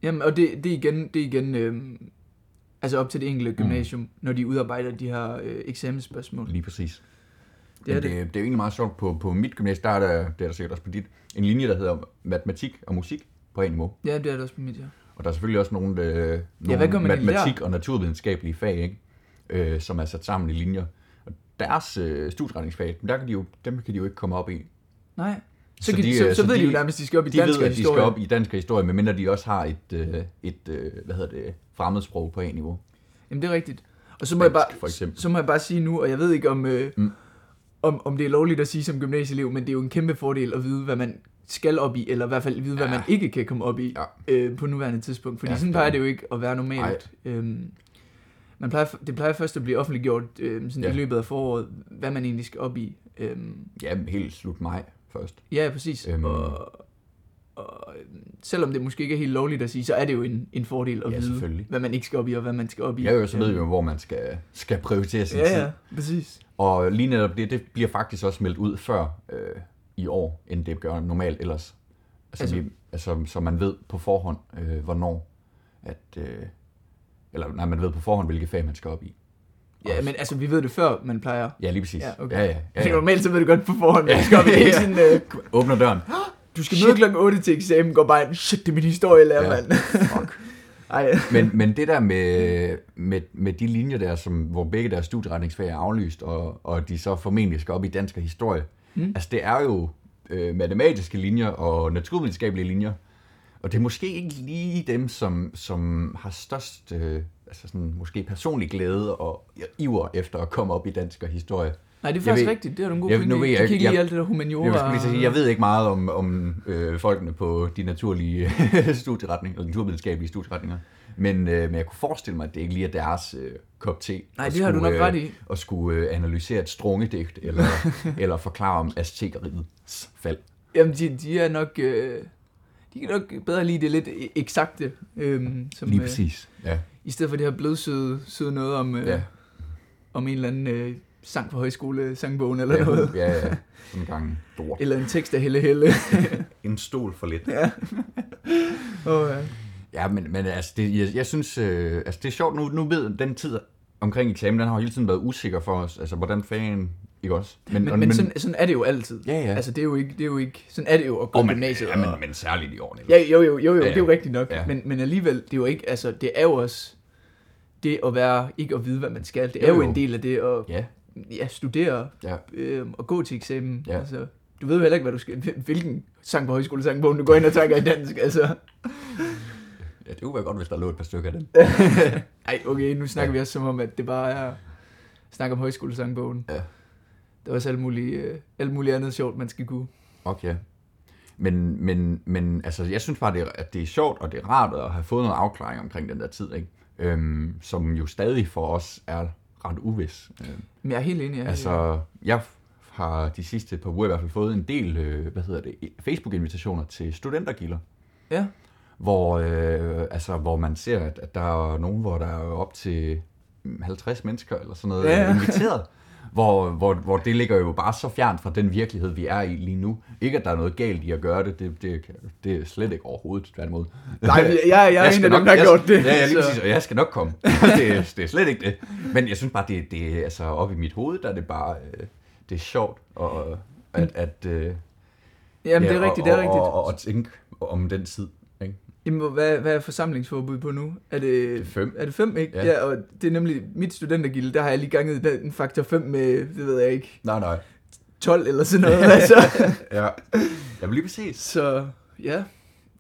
Jamen, og det, det er igen, det er igen øh, altså op til det enkelte gymnasium, mm. når de udarbejder de her øh, eksamensspørgsmål. Lige præcis. Det er Men det. det, det er jo egentlig meget sjovt. På, på mit gymnasie, der er der, det er der sikkert også på dit, en linje, der hedder matematik og musik på en niveau. Ja, det er det også på mit, ja. Og der er selvfølgelig også nogle, øh, nogle hvad gør man egentlig matematik- og naturvidenskabelige fag, ikke? Øh, som er sat sammen i linjer. Og deres øh, studieretningsfag, dem, der kan de jo, dem kan de jo ikke komme op i. Nej. Så, Så så, kan, de, de, så, øh, så, så ved de, de- jo nærmest, at de skal op i De dansk ved, og at de skal historie. op i dansk og historie, medmindre de også har et, øh, et øh, hvad hedder det, fremmedsprog på en niveau. Jamen, det er rigtigt. Og så må, jeg Spansk, for bare, eksempel. så må jeg bare sige nu, og jeg ved ikke, om, øh, mm. om, om det er lovligt at sige som gymnasieelev, men det er jo en kæmpe fordel at vide, hvad man skal op i, eller i hvert fald vide, hvad Ja. man ikke kan komme op i Ja. øh, på nuværende tidspunkt. Fordi Ja, ja, sådan det er plejer det. det jo ikke at være normalt. Øhm, man plejer, det plejer først at blive offentliggjort øhm, sådan Ja. i løbet af foråret, hvad man egentlig skal op i. Øhm, Ja, helt slut maj først. ja, præcis. Øhm. Øhm. Og, og øhm, selvom det måske ikke er helt lovligt at sige, så er det jo en, en fordel at Ja, vide, selvfølgelig. hvad man ikke skal op i, og hvad man skal op i. Ja, jo, så ved Øhm, vi jo, hvor man skal, skal prioritere sin Ja, tid. ja, præcis. Og lige netop det, det bliver faktisk også meldt ud før øh, i år, end det gør normalt ellers. Altså, altså, Altså- vi, altså så man ved på forhånd, øh, hvornår, at, øh, eller nej, man ved på forhånd, hvilke fag man skal op i. Ja, men altså, vi ved det før, man plejer. Ja, lige præcis. Ja, okay. ja, ja, ja, Ja, ja. ja. Normalt så ved du godt på forhånd, Ja. man skal op i Ja. ja. sådan, øh, Åbner døren. Du skal møde klokken 8 til eksamen, går bare ind, shit, det er min historielærer, Ja. ja. mand. Fuck. Ej, Men, men det der med, med, med de linjer der, som, hvor begge deres studieretningsfag er aflyst, og, og de så formentlig skal op i dansk og historie, mm. altså det er jo øh, matematiske linjer og naturvidenskabelige linjer, og det er måske ikke lige dem, som, som har størst øh, altså sådan, måske personlig glæde og iver efter at komme op i dansk og historie. nej, det er Jeg faktisk ved- rigtigt, det er du en god jeg- pointe. nu i. ved jeg Du kan ikke- ikke lide jeg- alt det der Jeg, humaniora. skulle lige til at sige, jeg ved ikke meget om, om øh, folkene på de naturlige studieretninger, eller naturvidenskabelige studieretninger, men, øh, men jeg kunne forestille mig, at det ikke lige er deres øh, kop te. Nej, at det har du nok ret i. Øh, at skulle øh, analysere et strungedigt, eller, eller forklare om aztekeriets fald. Jamen, de, de er nok... Øh, de kan nok bedre lide det lidt e- eksakte, øhm, som, Lige øh, præcis. Ja, i stedet for det her blødsøde søde noget om, øh, ja. ja. om en eller anden øh, sang fra højskole, sangbogen eller ja, noget. ja, ja. Sådan en gang lort. Eller en tekst af Helle Helle. En stol for lidt. Åh, ja. Ja, men, men altså, det, jeg, jeg synes, øh, altså, det er sjovt, nu, nu ved den tid omkring eksamen, den har jo hele tiden været usikker for os, altså hvordan fanden, ikke også? Men, men, men sådan, sådan er det jo altid. Ja, ja. Altså, det er jo ikke, det er jo ikke sådan er det jo at gå Og i man, gymnasiet. ja, og- men, men særligt i årene. Ja, jo, jo, jo, jo, ja, ja. det er jo rigtigt nok. Ja. Ja. Men, men alligevel, det er jo ikke, altså, det er jo også det at være, ikke at vide, hvad man skal. Det er Jo, jo, jo. en del af det at ja, ja, studere ja. øh, og gå til eksamen. Ja. Ja. Altså, du ved jo heller ikke, hvad du skal, hvilken sang på højskolesangbogen du går ind og takker i dansk. Altså. ja det kunne være godt, hvis der lå et par stykker af dem. Ej, okay, nu snakker Ja. ja. vi også som om, at det bare er snak om højskolesangbogen. Ja. Der er også alt muligt, øh, alt muligt andet sjovt, man skal kunne. Okay. Men, men, men altså, jeg synes bare, det er, at det er sjovt, og det er rart at have fået noget afklaring omkring den der tid, ikke? Øhm, som jo stadig for os er ret uvis. Øhm, Men jeg er helt enig. Jeg er helt altså, jeg har de sidste par uger i hvert fald fået en del, øh, hvad hedder det, Facebook-invitationer til studentergilder. enig. Ja. hvor, øh, altså, hvor man ser, at, at der er nogen, hvor der er op til mm, 50 mennesker eller sådan noget Ja, ja. ja. inviteret. Hvor, hvor, hvor det ligger jo bare så fjernt fra den virkelighed, vi er i lige nu. Ikke, at der er noget galt i at gøre det. Det, det, det er slet ikke overhovedet, tværtimod. Nej, jeg, jeg, jeg er en af dem, der har gjort det. Ja, ja, lige så- præcis, og jeg skal nok komme. det, det er slet ikke det. Men jeg synes bare, det, det er altså op i mit hoved, der er det bare, øh, det er sjovt, og, øh, at, at øh, Jamen, det ja, er rigtigt, det er og, rigtigt. Og, og, og tænke om den tid. Ikke? Jamen, hvor- hvad, hvad er forsamlingsforbud på nu? Er det, er fem. Er det fem, ikke? Ja. Ja. ja, og det er nemlig mit studentergilde, der har jeg lige ganget den- en faktor 5 med, det ved jeg ikke, Nej, nej. 12 eller sådan noget. altså. Ja, Jamen, lige præcis. Så ja,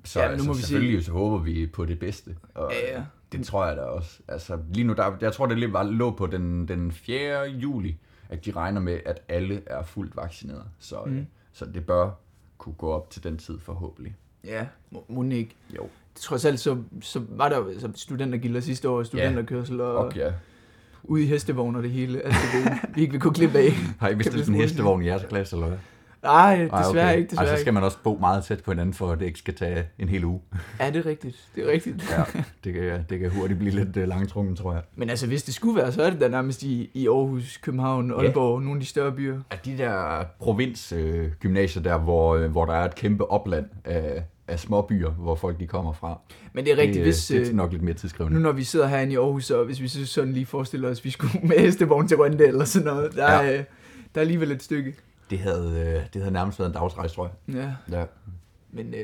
Så Ja, men nu må ja, altså, nu vi må sige- selvfølgelig vi så håber vi på det bedste. Og Ja, ja. Det tror jeg da også. Altså, lige nu, der, jeg tror, det lige var, lå på den, den 4. juli, at de regner med, at alle er fuldt vaccineret. Så, mm. så det bør kunne gå op til den tid forhåbentlig. ja, må, må den ikke. Jo. Trods alt, så, så var der jo så studentergilder sidste år, studenterkørsel og Og okay. ja, ude i hestevogne og det hele. Altså, det, vi ikke vil kunne klippe af. har I bestilt en hestevogn i jeres klasse, eller hvad? Nej, Ej, desværre okay. ikke, desværre Ej, så skal ikke. man også bo meget tæt på hinanden, for at det ikke skal tage en hel uge. Ja, det er rigtigt, det er rigtigt. Ja, det kan, det kan hurtigt blive lidt øh, langtrunken, tror jeg. Men altså, hvis det skulle være, så er det da nærmest i, i Aarhus, København, Aalborg, nogle af de større byer. At de der provinsgymnasier øh, gymnasier der, hvor, øh, hvor der er et kæmpe opland af, af småbyer, hvor folk de kommer fra. Men det er rigtigt, det, øh, Mm. hvis... det er øh, nok lidt mere Nu tidskrævende. når vi sidder herinde i Aarhus, og hvis vi så sådan lige forestiller os, at vi skulle med hestevogn til Rønde eller sådan noget, der, Ja. ja. øh, der er alligevel et stykke. Det havde, øh, det havde nærmest været en dagsrejse, tror jeg. Ja, Ja. men øh,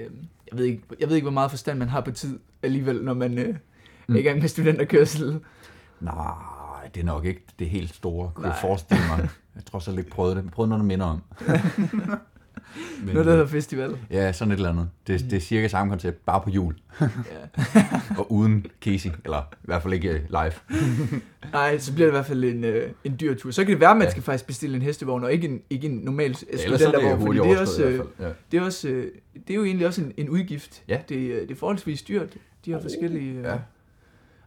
jeg, ved ikke, jeg ved ikke, hvor meget forstand man har på tid alligevel, når man øh, Mm. er i gang med studenterkørsel. Nej, det er nok ikke det helt store, kunne jeg Nej. forestille mig. Jeg tror så lidt prøvede det. Jeg prøvede noget, der minder om. Men, Noget, der hedder festival. Ja, sådan et eller andet. Det, Mm. det er cirka samme koncept, bare på jul. Ja. og uden Casey, eller i hvert fald ikke øh, live. Nej, så bliver det i hvert fald en, øh, en dyr tur. Så kan det være, at man Ja. skal faktisk bestille en hestevogn, og ikke en, ikke en normal Ellers er det studentervogn, fordi hurtigt det er, overstået også, i øh, hvert fald. Ja. det, er også, øh, det er jo egentlig også en, en udgift. Ja. Det, øh, det er forholdsvis dyrt, de her Oh, forskellige... Øh, ja.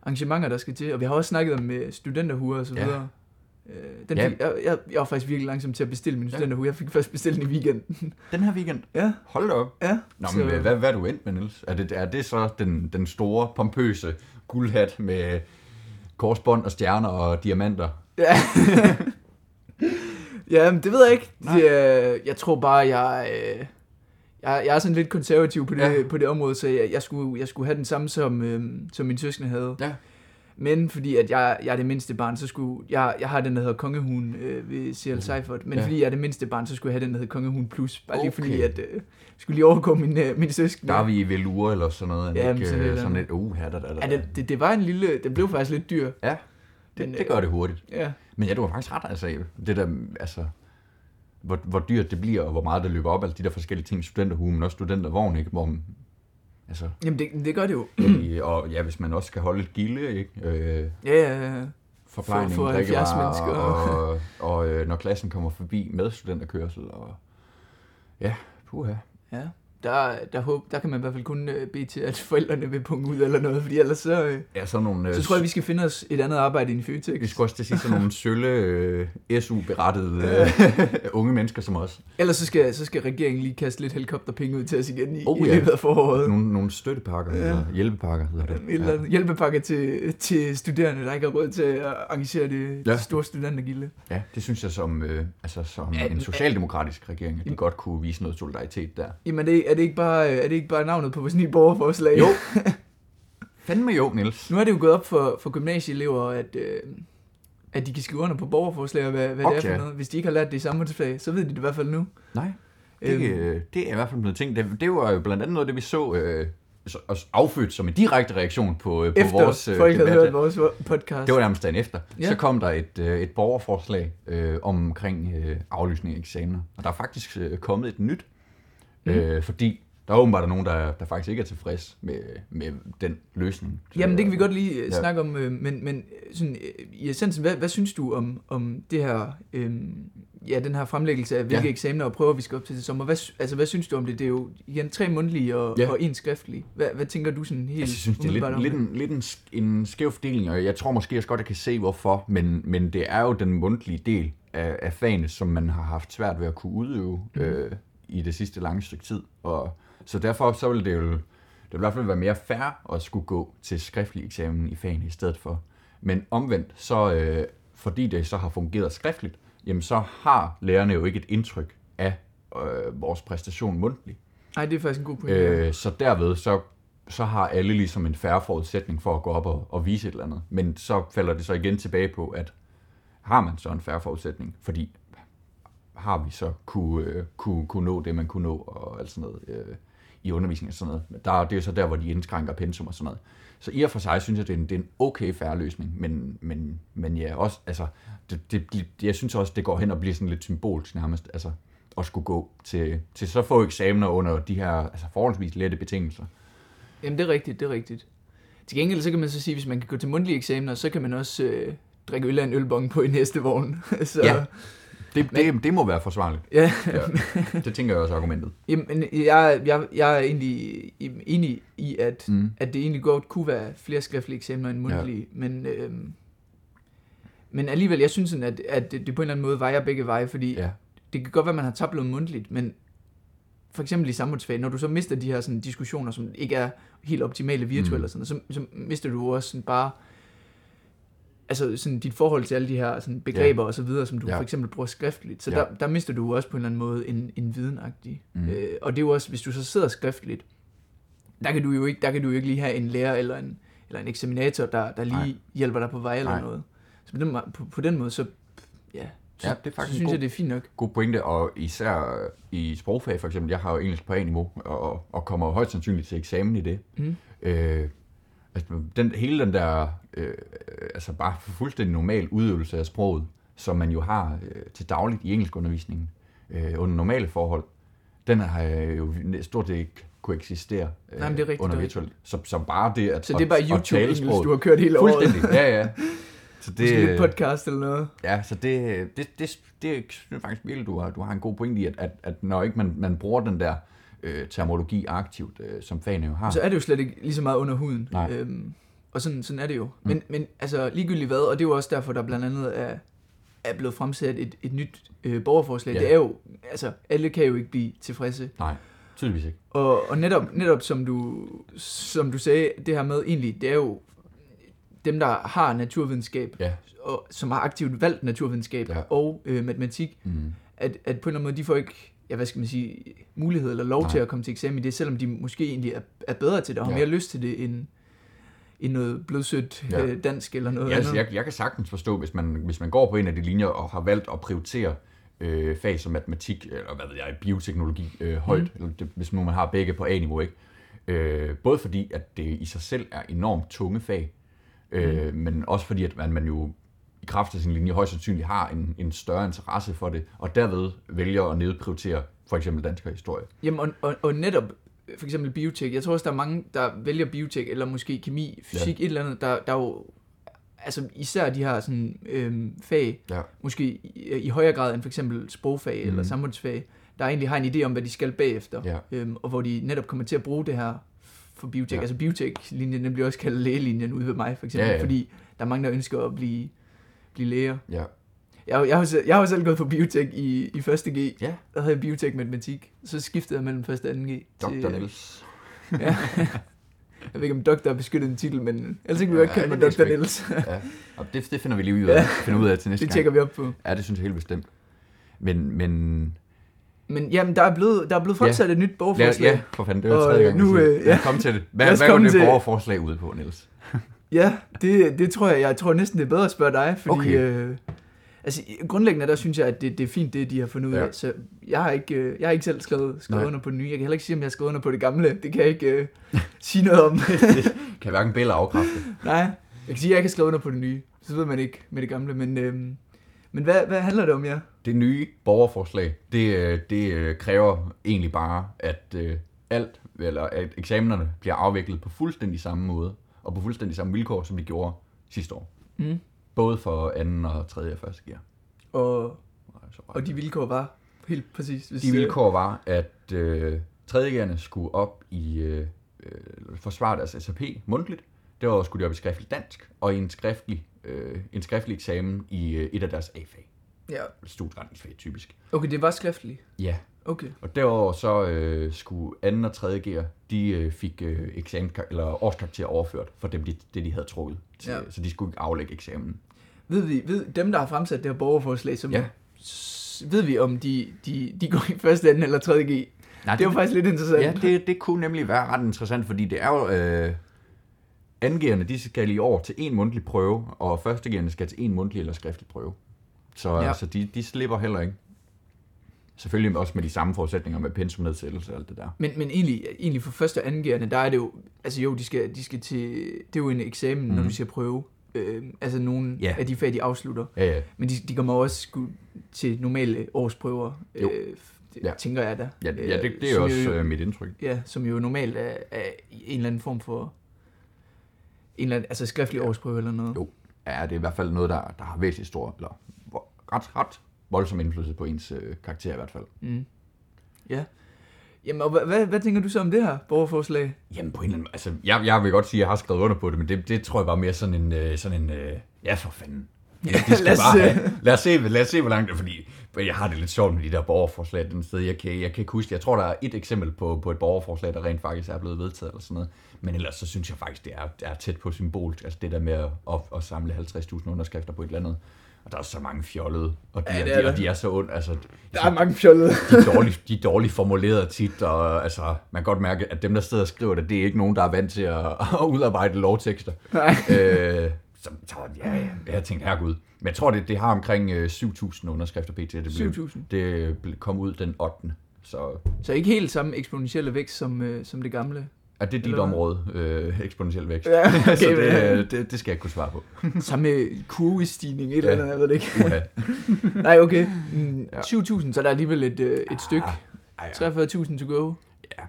arrangementer, der skal til. Og vi har også snakket om øh, studenterhuer og så Ja. videre. Øh, den Ja. fik, jeg, jeg, jeg var faktisk virkelig langsom til at bestille min Ja. studenterhue. Jeg fik først bestilt den i weekenden. Den her weekend, ja, hold da op. ja. Nå, men hvad, så, hvad, hvad er du endt med, Niels? Er det, er det så den, den store, pompøse guldhat med korsbånd og stjerner og diamanter? ja. ja, men det ved jeg ikke. Nej. Det, øh, jeg tror bare, jeg, øh, jeg, jeg er sådan lidt konservativ på det, Ja. på det område, så jeg, jeg, skulle, jeg skulle have den samme, som, øh, som min søskende havde. Ja. Men fordi at jeg, jeg er det mindste barn, så skulle... Jeg, jeg har den, der hedder Kongehuen øh, ved CL Seifert. Men Mm. Ja. ja. fordi jeg er det mindste barn, så skulle jeg have den, der hedder Kongehuen Plus. Bare lige fordi, Okay. at... Øh, skulle lige overgå min, øh, min søskende. Der er vi i velure eller sådan noget. Ja, Ja, men ikke, sådan sådan et lidt. eller Sådan andet. lidt uh, da, da, da, da. Ja, det, det, det var en lille... Den blev faktisk lidt dyr. ja det, Men, det øh, gør det hurtigt. Ja. Men ja, du har faktisk ret, altså. Det der, altså hvor, hvor dyrt det bliver, og hvor meget det løber op, alle de der forskellige ting, studenterhue, men også studentervogn, ikke? Hvor, altså, Jamen, det, det gør det jo. i- og ja, hvis man også skal holde et gilde, ikke? Øh, Ja, ja, ja. forplejning, For- for 70 drikkevarer, mennesker. og, og øh, når klassen kommer forbi med studenterkørsel, og ja, puha. ja. Der, der, håb, der kan man i hvert fald kun øh, bede til, at forældrene vil punge ud eller noget, fordi ellers så, øh, Ja, sådan nogle, øh, så tror jeg, vi skal finde os et andet arbejde end i Føtex. vi skulle også til at sige sådan nogle sølle øh, SU-berettede øh, unge mennesker som os. Ellers så skal, så skal regeringen lige kaste lidt helikopterpenge ud til os igen i, Oh, i ja. løbet af foråret. Nogle, nogle støttepakker, ja. eller hjælpepakker hedder det. Et eller andet hjælpepakke til, til studerende, der ikke har råd til at arrangere det, Ja. ja. det store studentergilde. Ja, det synes jeg som, øh, altså, som Ja, en men- socialdemokratisk regering, at de godt kunne vise noget solidaritet der. Jamen, er det, er, det ikke bare, er det ikke bare navnet på vores nye borgerforslag? Jo. Fandme jo, Niels. Nu er det jo gået op for, for gymnasieelever, at, øh, at de kan skrive under på borgerforslag, og hvad, hvad okay. det Okay. er for noget. Hvis de ikke har lært det i samfundsfag, så ved de det i hvert fald nu. Nej, det, øh, det er i hvert fald blevet ting. Det, det var jo blandt andet noget af det, vi så øh, så- og affødt som en direkte reaktion på, øh, på Efter vores vores, øh, folk havde debat. hørt vores podcast. Det var nærmest dagen efter. Ja. Ja. Så kom der et, øh, et borgerforslag øh, omkring øh, aflysning af eksamener. Og der er faktisk øh, kommet et nyt, mm. øh, fordi der er åbenbart nogen, der, der faktisk ikke er tilfreds med, med den løsning. Jamen, det kan vi godt lige ja. Ja. snakke om, øh, men, men øh, sådan, øh, i essensen, hvad, hvad synes du om, om det her, øh, ja, den her fremlæggelse af, hvilke Ja. ja. eksamener og prøver, vi skal op til til sommer? Hvad, sy- altså, hvad synes du om det? Det er jo igen tre mundtlige og, Ja. Altså, ja. og en skriftlig. Hvad, hvad tænker du sådan helt Jeg synes, det er umiddelbart lidt, om lidt, en, lidt en, sk- en skæv fordeling, og jeg tror måske også godt, jeg kan se hvorfor, men, men det er jo den mundtlige del af, af fagene, som man har haft svært ved at kunne udøve Mhm. mm. øh, i det sidste lange stykke tid. Og, så derfor så vil det jo det vil i hvert fald være mere fair at skulle gå til skriftlig eksamen i fagene i stedet for. Men omvendt, så øh, fordi det så har fungeret skriftligt, jamen så har lærerne jo ikke et indtryk af øh, vores præstation mundtligt. Nej, det er faktisk en god pointe. Øh. Øh, så derved så, så har alle ligesom en færre forudsætning for at gå op og, og vise et eller andet. Men så falder det så igen tilbage på, at har man så en færre forudsætning? Fordi har vi så kunne, øh, kunne, kunne nå det, man kunne nå og alt sådan noget, øh, i undervisningen og sådan noget. Men Der, er- det er jo så der, hvor de indskrænker pensum og sådan noget. Så i og for sig synes jeg, det er en, det er en okay færre løsning, men, men, men ja, også, altså, det, det, det, jeg synes også, det går hen og bliver sådan lidt symbolsk nærmest, altså, at skulle gå til, til så få eksamener under de her altså, forholdsvis lette betingelser. Jamen, det er rigtigt, det er rigtigt. Til gengæld, så kan man så sige, at hvis man kan gå til mundtlige eksamener, så kan man også øh, drikke øl af en ølbong på i næste vogn. så, Ja. Det, det, det må være forsvarligt. ja. Ja. Det tænker jeg også er argumentet. Jamen, jeg, jeg, jeg er egentlig øh, enig i, at, mm. at det egentlig godt kunne være flere skriftlige eksamener end mundtlige, ja. men, øhm, men alligevel, jeg synes sådan, at, at det, det på en eller anden måde vejer begge veje, fordi ja. Ja. det kan godt være, at man har tabt noget mundtligt, men for eksempel i samfundsfag, når du så mister de her sådan, diskussioner, som ikke er helt optimale virtuelle, mm. og sådan, noget, så, så mister du jo også sådan bare altså sådan dit forhold til alle de her sådan begreber og så videre, som du Ja. ja. for eksempel bruger skriftligt. Så Ja. ja. der, der mister du jo også på en eller anden måde en, en videnagtig. Mm. Øh, og det er jo også, hvis du så sidder skriftligt, der kan du jo ikke, der kan du jo ikke lige have en lærer eller en, eller en eksaminator, der, der lige Nej. Nej. hjælper dig på vej eller Nej. noget. Så på den, ma- på, på den måde, så, ja, så, Ja, det er faktisk så en synes god- jeg, det er fint nok. God pointe, og især i sprogfag for eksempel. Jeg har jo engelsk på A-niveau, og, og kommer højst sandsynligt til eksamen i det. Mm. Øh, altså, den, hele den der, øh, altså bare fuldstændig normal udøvelse af sproget, som man jo har øh, til dagligt i engelskundervisningen, øh, under normale forhold, den har jeg jo næ- stort set ikke kunne eksistere øh, Nej, men det er rigtigt, under det er virtuelt. Så, så bare det at Så det er at- bare at tale YouTube-engelsk, sproget. du har kørt hele året. Fuldstændig, ja, ja. Så det, Måske lidt podcast eller noget. Ja, så det, det, det, det synes jeg faktisk virkelig, du har, du har en god pointe i, at, at, at når ikke man, man bruger den der øh, terminologi aktivt, øh, som fagene jo har. Så er det jo slet ikke lige så meget under huden. Nej. Mm. Øhm, og sådan, sådan er det jo. Men, men altså ligegyldigt hvad, og det er jo også derfor, der blandt andet er, er blevet fremsat et, et nyt øh, borgerforslag. Ja. Ja. Det er jo, altså alle kan jo ikke blive tilfredse. Nej, tydeligvis ikke. Og, og netop, netop som, du, som du sagde, det her med egentlig, det er jo dem, der har naturvidenskab, Ja. og, som har aktivt valgt naturvidenskab Ja. ja. og øh, matematik, Mm. at, at på en eller anden måde, de får ikke ja, hvad skal man sige, mulighed eller lov Nej. Nej. til at komme til eksamen i det, selvom de måske egentlig er, er bedre til det, og har Ja. mere lyst til det end, end noget blodsødt Ja. ja. øh, dansk eller noget Ja, andet. altså, jeg, jeg kan sagtens forstå, hvis man, hvis man går på en af de linjer og har valgt at prioritere øh, fag som matematik, eller hvad ved jeg, bioteknologi øh, højt, mm. eller det, hvis nu man har begge på A-niveau, ikke? Øh, både fordi, at det i sig selv er enormt tunge fag, øh, mm. men også fordi, at man, man jo i kraft af sin linje højst sandsynligt har en, en større interesse for det, og derved vælger at nedprioritere for eksempel dansk og historie. Jamen, og, og, og netop øh, for eksempel biotek. Jeg tror også, der er mange, der vælger biotek, eller måske kemi, fysik, ja. et eller andet. Der, der er jo, altså især de her sådan, øhm, fag, Ja. måske i, i højere grad end for eksempel sprogfag mm. eller samfundsfag, der egentlig har en idé om, hvad de skal bagefter, Mhm. Ja. øhm, og hvor de netop kommer til at bruge det her for biotek. Ja. Ja. Altså biotek-linjen, den bliver også kaldt lægelinjen ude ved mig, for eksempel, ja, Ja, ja. ja. fordi der er mange, der ønsker at blive, blive læger. Ja. Jeg, jeg, har, jo selv- jeg har jo selv gået på biotek i, i 1. G, Ja. der havde jeg biotek matematik. Så skiftede jeg mellem 1. og 2. G. Dr. Niels. Ja. jeg ved ikke, om doktor er beskyttet en titel, men ellers ikke vi jo ikke Ja, kalde mig det ved Dr. jeg sgu Niels. Ja. Og det, det finder vi lige ud af, finder ud af til næste det gang. tjekker vi op på. Ja, det synes jeg helt bestemt. Men, men Men jamen, der er blevet, der er blevet fremsat et nyt lad, borgerforslag. ja, for fanden, det var Og, tredje gang, øh, nu, vi siger det. øh, Lad os ja. komme til det. Lad Hvad, os hvad går komme det til- borgerforslag ud på, Niels? ja det, det tror jeg. Jeg tror næsten, det er bedre at spørge dig, fordi... Okay. Øh, altså, grundlæggende der synes jeg, at det, det er fint, det de har fundet ud Ja. af. Så jeg har ikke, øh, jeg har ikke selv skrevet, skrevet Nej. under på det nye. Jeg kan heller ikke sige, om jeg har skrevet under på det gamle. Det kan jeg ikke øh, sige noget om. Kan hverken Bella afkræfte. Nej, jeg kan sige, at jeg kan skrive under på det nye. Så ved man ikke med det gamle, men... Øhm, men hvad, hvad handler det om, ja? Det nye borgerforslag, det, øh, det øh, kræver egentlig bare, at øh, alt, eller at eksamenerne bliver afviklet på fuldstændig samme måde, og på fuldstændig samme vilkår, som de gjorde sidste år. Mm. Både for anden og tredje og første gear. Og, Altså, og de vilkår var helt præcis. Hvis, øh, De vilkår var, at øh, tredjegerne skulle op i øh, øh, forsvare deres SAP mundtligt. Derudover skulle de op i skriftlig dansk og i en skriftlig, øh, en skriftlig eksamen i øh, et af deres A-fag. Øh, ja. Studieretningsfag typisk. Okay, det var skriftligt. Ja. Okay. Og derudover så øh, skulle anden og tredje gear, de øh, fik øh, eksamen, eller årskarakter overført for dem, de, det, de havde trukket. Til, ja. Ja. Så de skulle ikke aflægge eksamen. Ved vi, ved dem, der har fremsat det her borgerforslag, som Ja. s- ved vi, om de, de, de går i første, anden eller tredje G. Nej, Det var faktisk lidt interessant. Ja, det, det kunne nemlig være ret interessant, fordi det er jo... Øh, angiverne, de skal i år til en mundtlig prøve, og førstegiverne skal til en mundtlig eller skriftlig prøve. Så, Ja. ja. så de, de slipper heller ikke. Selvfølgelig også med de samme forudsætninger med pensumnedsættelse og alt det der. Men, men egentlig, egentlig for første og andengerende, der er det jo, altså jo, de skal, de skal til, det er jo en eksamen, mm. når du siger prøve. Øh, altså nogle Mhm. Ja. af de fag, de afslutter. Ja, ja. Men de, de kommer også sgu til normale årsprøver, Jo. øh, det, Ja. tænker jeg da. ja, ja det, det er Som også jo, øh, mit indtryk. Ja, som jo normalt er, er en eller anden form for, en eller anden, altså skriftlig årsprøve eller noget. Jo, ja, det er i hvert fald noget, der, der har væsentligt stor, eller vo- ret, ret voldsom indflydelse på ens øh, karakter i hvert fald. Mm. Ja. Jamen, og hvad, hvad, hvad tænker du så om det her borgerforslag? Jamen på en eller anden måde. Altså, jeg, jeg vil godt sige, at jeg har skrevet under på det, men det, det tror jeg bare mere sådan en... Øh, sådan en øh, ja, for fanden. Ja, de skal lad lad, os os, bare se. have, lad, os se, lad os se, hvor langt det er, fordi jeg har det lidt sjovt med de der borgerforslag. Den sted, jeg kan, jeg kan ikke huske, jeg tror, der er et eksempel på, på et borgerforslag, der rent faktisk er blevet vedtaget eller sådan noget. Men ellers så synes jeg faktisk, det er, det er tæt på symbolt. Altså det der med at, at, at samle 50.000 underskrifter på et eller andet. Og der er så mange fjollede, og de, Ja, ja, det er, er de, der. og de er så ondt. Altså, Der er mange fjollede. de er dårligt, de er dårligt formuleret tit, og altså, man kan godt mærke, at dem, der sidder og skriver det, det er ikke nogen, der er vant til at, at udarbejde lovtekster. Nej. Øh, så, så ja, ja, jeg tænkte, herregud. Men jeg tror, det, det har omkring øh, 7.000 underskrifter pt. Det, blev, 7.000. det ble- kom ud den 8. Så Så ikke helt samme eksponentielle vækst som, øh, som det gamle. er det dit Eller hvad? område, øh, eksponentiel vækst? Ja, okay, så men- det, det, det skal jeg ikke kunne svare på. samme øh, kurvestigning, et eller Ja. andet, jeg ved det ikke. Uha. Nej, okay. Mm, Ja. 7.000, så der er alligevel et, øh, et stykke. Ej, ja. 43.000 to go. Ja.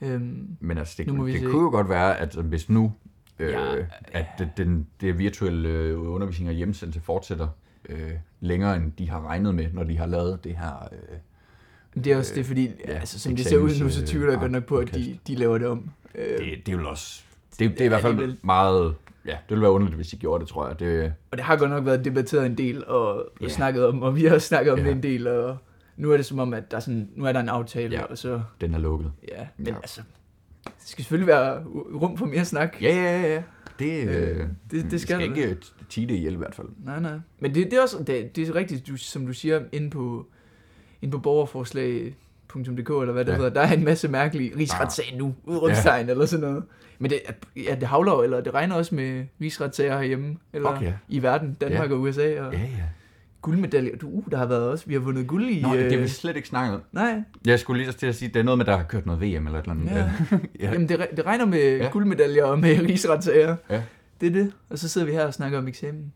Øhm, Men altså, det, Nu må vi det se. kunne jo godt være, at hvis nu, øh, Ja. ja. at det, den, det virtuelle øh, undervisning og hjemmesendelse fortsætter øh, længere, end de har regnet med, når de har lavet det her. Øh, det er også det, fordi ja, ja, altså, som det ser ud nu, så eksamens, øh, tvivler jeg godt nok på, at de, afkast. de laver det om. Øh, det, det vil også... Det, det er i hvert alligevel. fald meget... Ja, det ville være underligt, hvis de gjorde det, tror jeg. Det, og det har godt nok været debatteret en del og, Ja. og snakket om, og vi har også snakket om Ja. det en del, og nu er det som om, at der er, sådan, nu er der en aftale, Ja. og så, den er lukket. ja, men Ja. altså, der skal selvfølgelig være rum for mere snak. Ja, ja, ja, ja. Det, Øh, øh, det- det vi skal skal der da. ikke t- tige det ihjel i hvert fald. Nej, nej. Men det, det er også det, det er rigtigt, du, som du siger, inde på, inde på borgerforslag.dk, eller hvad det ja. Ja. Ah. hedder, der er en masse mærkelige rigsretssag nu, udrumstegn ja. eller sådan noget. Men det, er- ja, det havler jo, eller det regner også med rigsretssager herhjemme, eller Fuck ja. i verden, Danmark ja. og USA, og ja. ja. guldmedaljer. Du, uh, der har været også, vi har vundet guld i... Nå, det har øh, vi slet ikke snakket om. Nej, Jeg skulle lige til at sige, at det er noget med, der har kørt noget VM eller et eller andet. Ja. ja. ja. Jamen, det, re- det regner med ja. Ja. guldmedaljer og med rigsretssager. Ja. Det er det, og så sidder vi her og snakker om eksamen.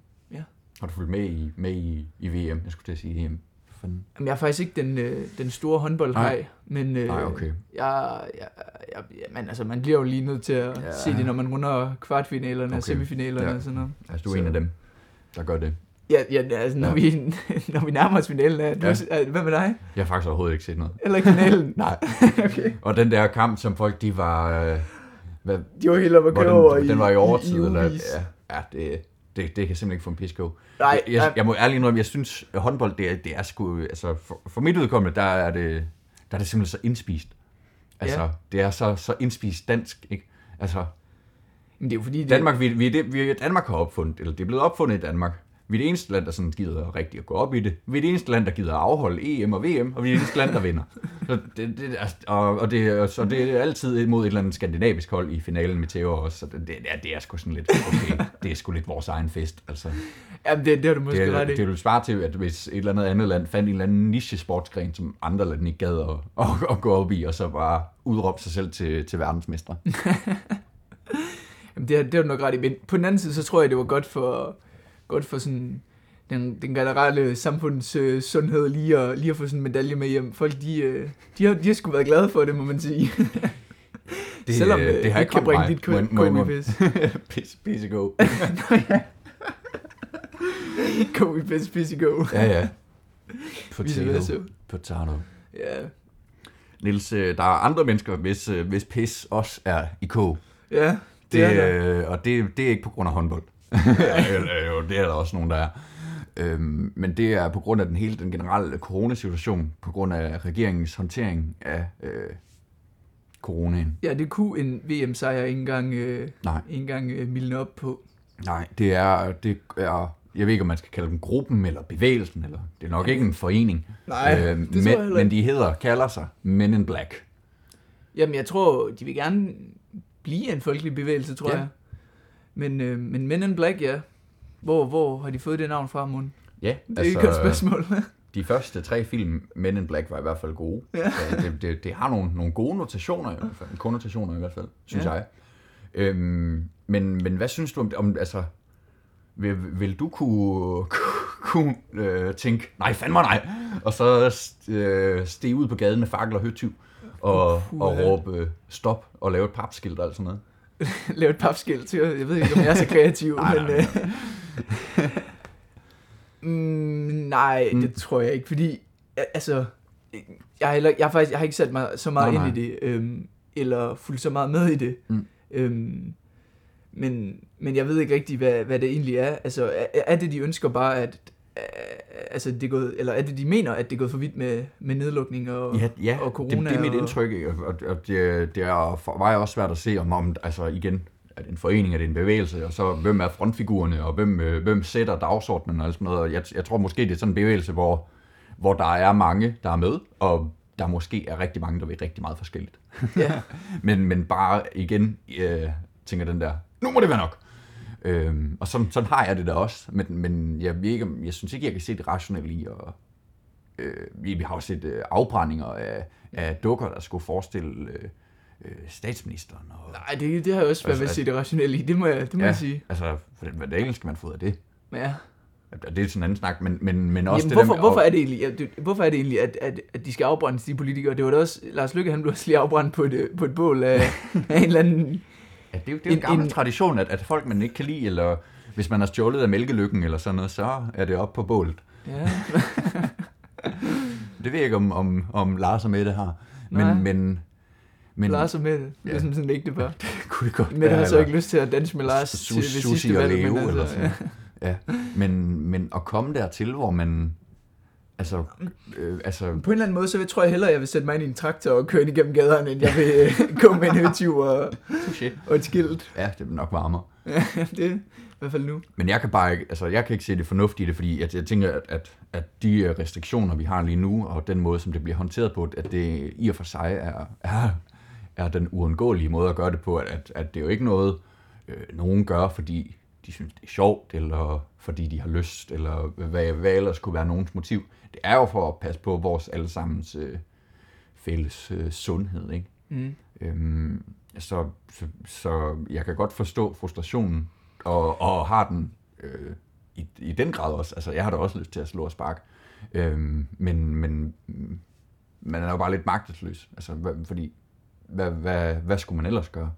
Har du fulgt med i, med i, i VM? Jeg skulle til at sige E EM. For Fanden. Jamen, jeg er faktisk ikke den, øh, den store håndboldhej, men... Øh, Nej, okay. Jeg, jeg, jeg, jamen, altså, man bliver jo lige nødt til at ja. Ja. se det, når man runder kvartfinalerne okay. og Okay. semifinalerne ja. Ja. og sådan noget. Altså, du er Så- så... en af dem, der gør det. Ja, ja altså, når, ja. Ja. Vi, når vi nærmer os finalen, er, du, er, hvad med dig? Jeg har faktisk overhovedet ikke set noget. Eller ikke finalen? Nej. okay. Og den der kamp, som folk, de var... Øh, hvad, De var helt oppe at hvor køre over den, den var i overtid, eller... ugevis. Ja, ja det, det, det kan jeg simpelthen ikke få en pisk på. Nej, jeg, jeg, nej. jeg må ærligt indrømme, jeg synes, at håndbold, det er, det er sgu... Altså, for, for mit udkommende, der er, det, der er det simpelthen så indspist. Altså, Ja. ja. det er så, så indspist dansk, ikke? Altså, Men det er jo fordi, det, Danmark, vi, vi, er det, vi, Danmark har opfundet, eller det er blevet opfundet i Danmark. Vi er det eneste land, der sådan gider rigtig at gå op i det. Vi er det eneste land, der gider at afholde EM og VM, og vi er det eneste land, der vinder. Så det, det, altså, og, og, det, og så det er altid mod et eller andet skandinavisk hold i finalen med Theo også. Så det, det, er- det er sgu sådan lidt, okay, det er sgu lidt vores egen fest. Altså, jamen, det, det har du måske det, er, ret i. det ville svare til, at hvis et eller andet andet land fandt en eller anden niche-sportsgren, som andre lande ikke gad at, at, at gå op i, og så bare udråbe sig selv til, til verdensmestre. Jamen, det, har- det har du nok ret i, men på den anden side, så tror jeg, det var godt for, godt for sådan, den, den generelle samfunds øh, sundhed lige at, lige at få sådan en medalje med hjem. Folk, de, øh, de, har, de har sgu været glade for det, må man sige. Det, Selvom øh, øh, det ikke har ikke kan kun bringe mig, dit må jeg- må jeg indrømme. komipis. Pisse, pisse go. Komipis, pisse go. Ja, ja. Vice versa. Potato. Ja, Niels, øh, der er andre mennesker, hvis, øh, hvis pis også er i K. Det, ja det, det er øh, og det, det er ikke på grund af håndbold. Eller, jo, det er der også nogen, der er. Øhm, men det er på grund af den hele den generelle coronasituation, på grund af regeringens håndtering af øh, coronaen. Ja, det kunne en VM-sejr ikke engang, øh, Nej, ikke engang øh, milde op på. nej, det er, det er jeg ved ikke, om man skal kalde dem gruppen eller bevægelsen, eller det er nok ikke en forening. Øh, Nej, det tror jeg heller men, men de hedder, kalder sig Men in Black. Jamen, jeg tror, de vil gerne blive en folkelig bevægelse, tror Ja. ja. jeg. Men, øh, men Men in Black, ja. Hvor, hvor har de fået det navn fra, Mund? Ja, Det er altså, ikke et spørgsmål. de første tre film, Men in Black, var i hvert fald gode. Ja. Så det, det, det har nogle, nogle gode notationer, i hvert fald, konnotationer i hvert fald, synes Ja. jeg. Øhm, men, men hvad synes du om, det- om altså, vil, vil du kunne, kunne øh, tænke, nej fandme nej, og så øh, stige ud på gaden med fakkel og høtyv, og, og Puha. råbe øh, stop og lave et papskilt og alt sådan noget? Lave et papskilt til, jeg ved ikke, om jeg er så kreativ, Nej, men... Nej, mm, nej mm. det tror jeg ikke, fordi... a- Altså, jeg har, heller, jeg har faktisk jeg har ikke sat mig så meget Nej, ind i det, øhm, eller fulgt så meget med i det. Mm. Øhm, men, men jeg ved ikke rigtig, hvad, hvad det egentlig er. Altså, er, er det, de ønsker bare, at... øh, Altså, det er gået, eller er det, de mener, at det er gået for vidt med, med nedlukning og... Ja, ja og corona det, det er mit og- indtryk, ikke? og, og- og det, det er for mig også svært at se, om, om altså igen, er det en forening, er det en bevægelse, og så hvem er frontfigurerne, og hvem, øh, hvem sætter dagsordenen og alt sådan noget. Og Jeg, jeg tror måske, det er sådan en bevægelse, hvor, hvor der er mange, der er med, og der måske er rigtig mange, der ved rigtig meget forskelligt. ja. Men, men bare igen, øh, tænker den der, nu må det være nok. Øhm, og sådan, sådan har jeg det da også, men, men jeg, ved ikke, om- jeg synes ikke, jeg kan se det rationelt i. Og, øh, vi vi har jo set øh, afbrændinger af, af dukker, der skulle forestille øh, øh, statsministeren. Og, Nej, det, det har jeg også svært ved at Altså, se det rationelle i. Det må jeg, det må ja. jeg sige. altså, for den, hvad delen skal man få ud af det? Ja. Det er sådan en anden snak, men, men, men også Jamen, det der hvorfor, med- hvorfor, er det egentlig, at, det- hvorfor er det egentlig, at, at, at de skal afbrændes, de politikere? Det var da også, Lars Lykke, han blev også lige afbrændt på et, øh, på et bål af, af en eller anden... Ja, det, er jo- det er jo en, En- gammel en- tradition, at, at folk, man ikke kan lide, eller hvis man har stjålet af mælkelykken eller sådan noget, så er det op på bålet. Ja, Det ved jeg ikke, om, om, om Lars og Mette har. Men, Nej. men, men Lars og Mette, Ja. ja. ligesom sådan ikke det bare. kunne det godt Mette har så eller ikke lyst til at danse med Lars Su- til det Susi sidste og valg, Leo men eller altså, sådan ja. Ja. Men, men at komme dertil, hvor man... Altså, øh, altså På en eller anden måde, så tror jeg hellere, jeg vil sætte mig ind i en traktor og køre ind igennem gaderne, end jeg vil øh, gå med en højtiv og, shit. og et skilt. ja, det er nok varmere. det er i hvert fald nu. Men jeg kan bare ikke, altså, jeg kan ikke se det fornuftige i det, fordi jeg, jeg tænker, at, at, at de øh, restriktioner, vi har lige nu, og den måde, som det bliver håndteret på, at det i og for sig er, er, er den uundgåelige måde at gøre det på, at, at, at det er jo ikke noget, øh, nogen gør, fordi de synes, det er sjovt, eller fordi de har lyst, eller hvad, hvad ellers kunne være nogens motiv. Det er jo for at passe på vores allesammens øh, fælles øh, sundhed, ikke? Mm. Øhm, så, så, så jeg kan godt forstå frustrationen, og, og har den øh, i, i den grad også. Altså, jeg har da også lyst til at slå og sparke. Øhm, men, men mm, man er jo bare lidt magtesløs. Altså, hvad, fordi, hvad, hvad, hvad skulle man ellers gøre?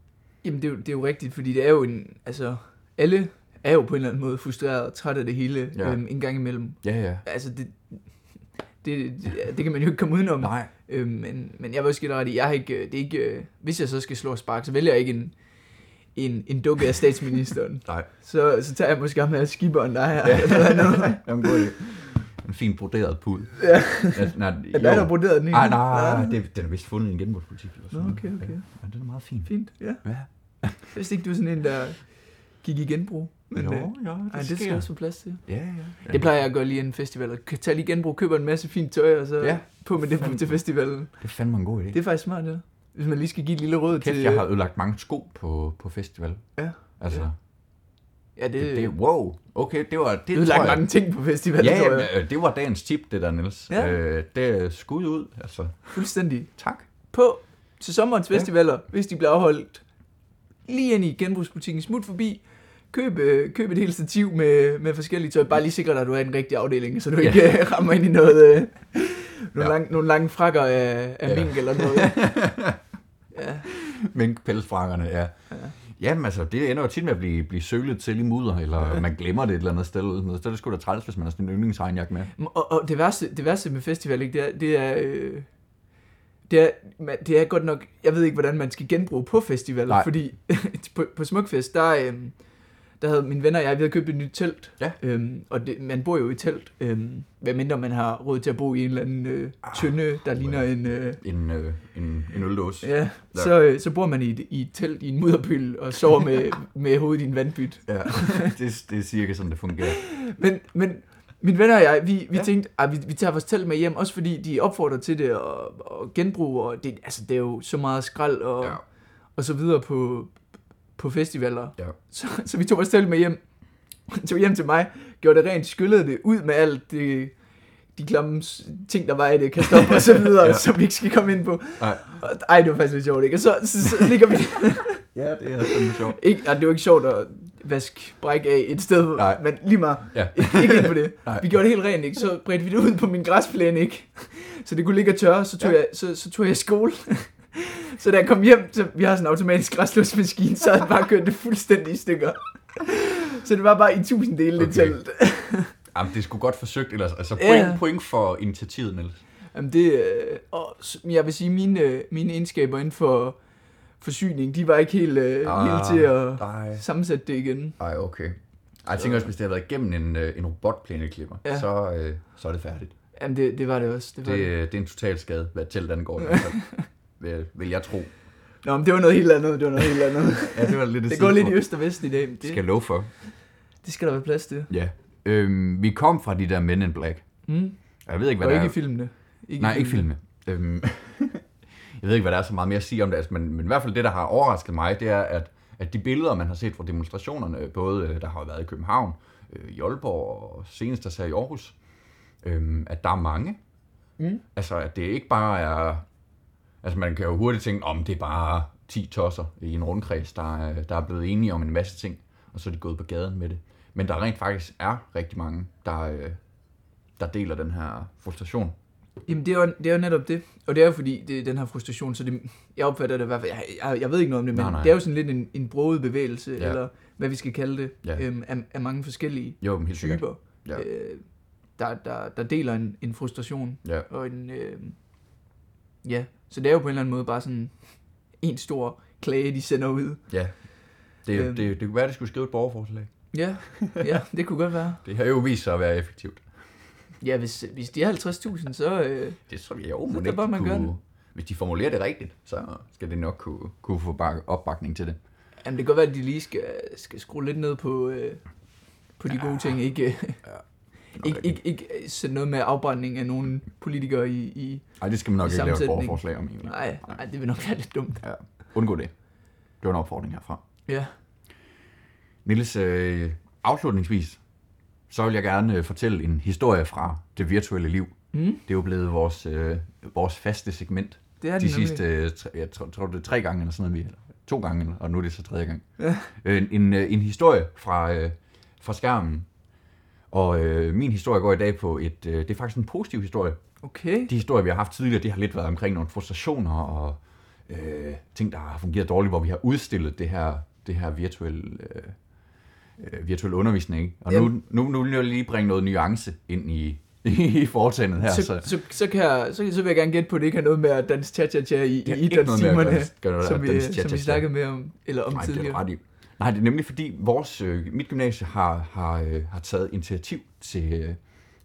Jamen, det er, jo, det er jo rigtigt, fordi det er jo en... Altså, alle er jo på en eller anden måde frustreret og træt af det hele Ja. ja. øhm, en gang imellem. Ja, ja. Altså, det, det, det, det kan man jo ikke komme udenom. Nej. Øhm, men, men jeg vil også give dig ret i, jeg har ikke, øh, det er ikke, øh, hvis jeg så skal slå og spark, så vælger jeg ikke en, en, en dukke af statsministeren. Nej. så, så tager jeg måske ham her skiberen, der er her. Ja. Eller noget. Jamen, god idé. En fin broderet pud. Ja. Ja, nej, Er der, der har broderet den Ej, nej, det, den er vist fundet i en genbrugspolitik. eller sådan Nå, noget. okay, okay. Ja, den er meget fin. Fint, ja. Ja. Jeg vidste ikke, du er sådan en, der gik i genbrug. Men, jo, øh, jo, det, ej, det skal sker. også få plads til. Ja, ja. Det plejer jeg at gøre lige inden festival. Og tage lige genbrug, køber en masse fint tøj, og så Ja. ja. på med det til festivalen. Det er fandme en god idé. Det er øh, faktisk smart, ja. Hvis man lige skal give et lille råd Kæft, til... jeg har ødelagt mange sko på, på festival. Ja. Altså, Ja, ja, Ja, det, det, det, wow. Okay, det var... Det ødelagt tror jeg- mange ting på festivalen, Ja, tror ja, jeg. men, øh, det var dagens tip, det der, Niels. Ja. Øh, det er skud ud, altså. Fuldstændig. Tak. På til sommerens festivaler, hvis de bliver afholdt lige ind i genbrugsbutikken, smut forbi, køb, øh, køb et helt stativ med, med forskellige tøj. Bare lige sikre dig, at du er i den rigtige afdeling, så du Ja. ikke øh, rammer ind i noget, øh, nogle, Ja. lang, nogle lange frakker af, af Ja. ja. mink eller noget. ja. Men pelsfrakkerne, ja. ja. Jamen altså, det ender jo tit med at blive, blive sølet til i mudder, eller man glemmer det et eller andet sted. eller sådan noget. Så er det sgu da træls, hvis man har sådan en yndlingsregnjakke med. Og, og det, værste, det værste med festival, ikke, det er, det er, øh, det, er man, det er godt nok, jeg ved ikke, hvordan man skal genbruge på festivaler, Nej. fordi på, på Smukfest, der, øh, der havde mine venner og jeg, vi havde købt et nyt telt. Ja. Øhm, og det, man bor jo i telt, øhm, hvad mindre man har råd til at bo i en eller anden øh, tynde, der ligner en... Øh, En, øh, en, en øldåse. ja, så, øh, så bor man i, et- i et telt i en mudderpyl og sover med, med hovedet i en vandbyt. ja. det, det er cirka sådan, det fungerer. Men, men mine venner og jeg, vi, vi Ja. ja. tænkte, at vi, vi tager vores telt med hjem, også fordi de opfordrer til det og, og genbrug, og det, altså, det er jo så meget skrald og, Ja. ja. og så videre på, på festivaler. Ja. Så, så vi tog vores telt med hjem, tog hjem til mig, gjorde det rent, skyllede det ud med alt det, de klamme s- ting, der var i det, kastop og så videre, Ja. ja. som vi ikke skal komme ind på. Ej. Og, ej, det var faktisk lidt sjovt, ikke? Og så, så, så ligger vi... ja, det er sådan sjovt. Ikke, nej, det var ikke sjovt at vaske bræk af et sted, Nej. men lige meget. Ja. Ikke, ikke ind på det. Nej. Vi gjorde det helt rent, ikke? Så bredte vi det ud på min græsplæne, ikke? Så det kunne ligge og tørre, så tog, Ja. jeg, så, så tog jeg i skole. Så da jeg kom hjem, så vi har sådan en automatisk græslåsmaskine, så havde jeg bare kørt det fuldstændig i stykker. Så det var bare i tusind dele, det Okay. telt. Jamen, det skulle godt forsøgt ellers. Altså, Ja. point, point for initiativet, Niels. Jamen det, øh, og s- jeg vil sige, mine, øh, mine egenskaber inden for forsyning, de var ikke helt, øh, ah, helt til at nej. sammensætte det igen. Ej, okay. Ej, jeg tænker også, hvis det havde været igennem en, øh, en robotplæneklipper, ja. Ja. så, øh, så er det færdigt. Jamen det, det var det også. Det var Det, øh, det. det er en total skade, hvad telt angår. i hvert fald. vil, vil jeg tro. Nå, men det var noget helt andet, det var noget helt andet. Ja, det var lidt Det går lidt i øst og vest i dag, men Det det, skal jeg skal, love for. det skal der være plads til. Ja. Øhm, vi kom fra de der Men in Black. Mm. Og Jeg ved ikke, hvad Og der ikke i er... filmene. Ikke Nej, ikke filme. Øhm, jeg ved ikke, hvad der er så meget mere at sige om det, altså, men, men i hvert fald det, der har overrasket mig, det er, at, at de billeder, man har set fra demonstrationerne, øh, både øh, der har jo været i København, øh, i Aalborg og senest der ser i Aarhus, øhm, at der er mange. Mm. Altså, at det ikke bare er... Altså, man kan jo hurtigt tænke, om det er bare 10 tosser i en rundkreds, der, er- der er blevet enige om en masse ting, og så er de gået på gaden med det. Men der rent faktisk er rigtig mange, der, øh, der deler den her frustration. Jamen, det er, jo, det er jo netop det. Og det er jo fordi, det er den her frustration, så det, jeg opfatter det i hvert fald, jeg, jeg, jeg ved ikke noget om det, men Nej, nej. det er jo sådan lidt en, en broget bevægelse, Ja. ja. eller hvad vi skal kalde det, Ja. ja. øhm, af, af mange forskellige Jo, men helt sikkert. typer, Ja. øh, der, der, der deler en, en frustration. Ja. Og en, øh, ja, så det er jo på en eller anden måde bare sådan en stor klage, de sender ud. Ja. Det, øhm. Øhm. det, det kunne være, at de skulle skrive et borgerforslag. Ja, ja det kunne godt være. Det har jo vist sig at være effektivt. Ja, hvis, hvis de er 50.000, så... Øh, Det tror jeg jo, Så må det er bare, man gør Hvis de formulerer det rigtigt, så skal det nok kunne, kunne få bak- opbakning til det. Jamen, det kan godt være, at de lige skal, skal skrue lidt ned på, øh, på de ja. gode ting. Ikke, øh, ikke, ikke, ikke øh, sætte noget med afbrænding af nogle politikere i... i Nej, det skal man nok ikke lave et Sammensætning. borgerforslag om egentlig. nej, nej, det vil nok være lidt dumt. Ja. Undgå det. Det var en opfordring herfra. Ja. Niels, øh, afslutningsvis, så vil jeg gerne øh, fortælle en historie fra det virtuelle liv. Mm, Det er jo blevet vores, øh, vores faste segment. det er de det sidste, øh, tre, jeg tror, tror det er tre gange eller sådan noget, vi, eller to gange, eller- og nu er det så tredje gang. Ja. Øh, En, en, øh, en historie fra, øh, fra skærmen. Og øh, min historie går i dag på et, øh, det er faktisk en positiv historie. Okay. De historier, vi har haft tidligere, det har lidt været omkring nogle frustrationer og øh, ting, der har fungeret dårligt, hvor vi har udstillet det her, det her virtuelle, øh, øh, virtuel undervisning. ikke? Og nu, Jamen. nu, nu vil jeg lige bringe noget nuance ind i, i foretagendet her. altså- Så, så, så, kan jeg, så, så vil jeg gerne gætte på, at det ikke har noget med at danse cha-cha-cha i, Det har i ikke noget med at idrætstimerne, danse- gøre noget som, at vi, danse som cha-cha-cha. vi snakkede med om, eller om Nej, det er du tidligere. ret i. Nej, det er nemlig fordi vores, øh, mit gymnasie har, har, øh, har taget initiativ til øh,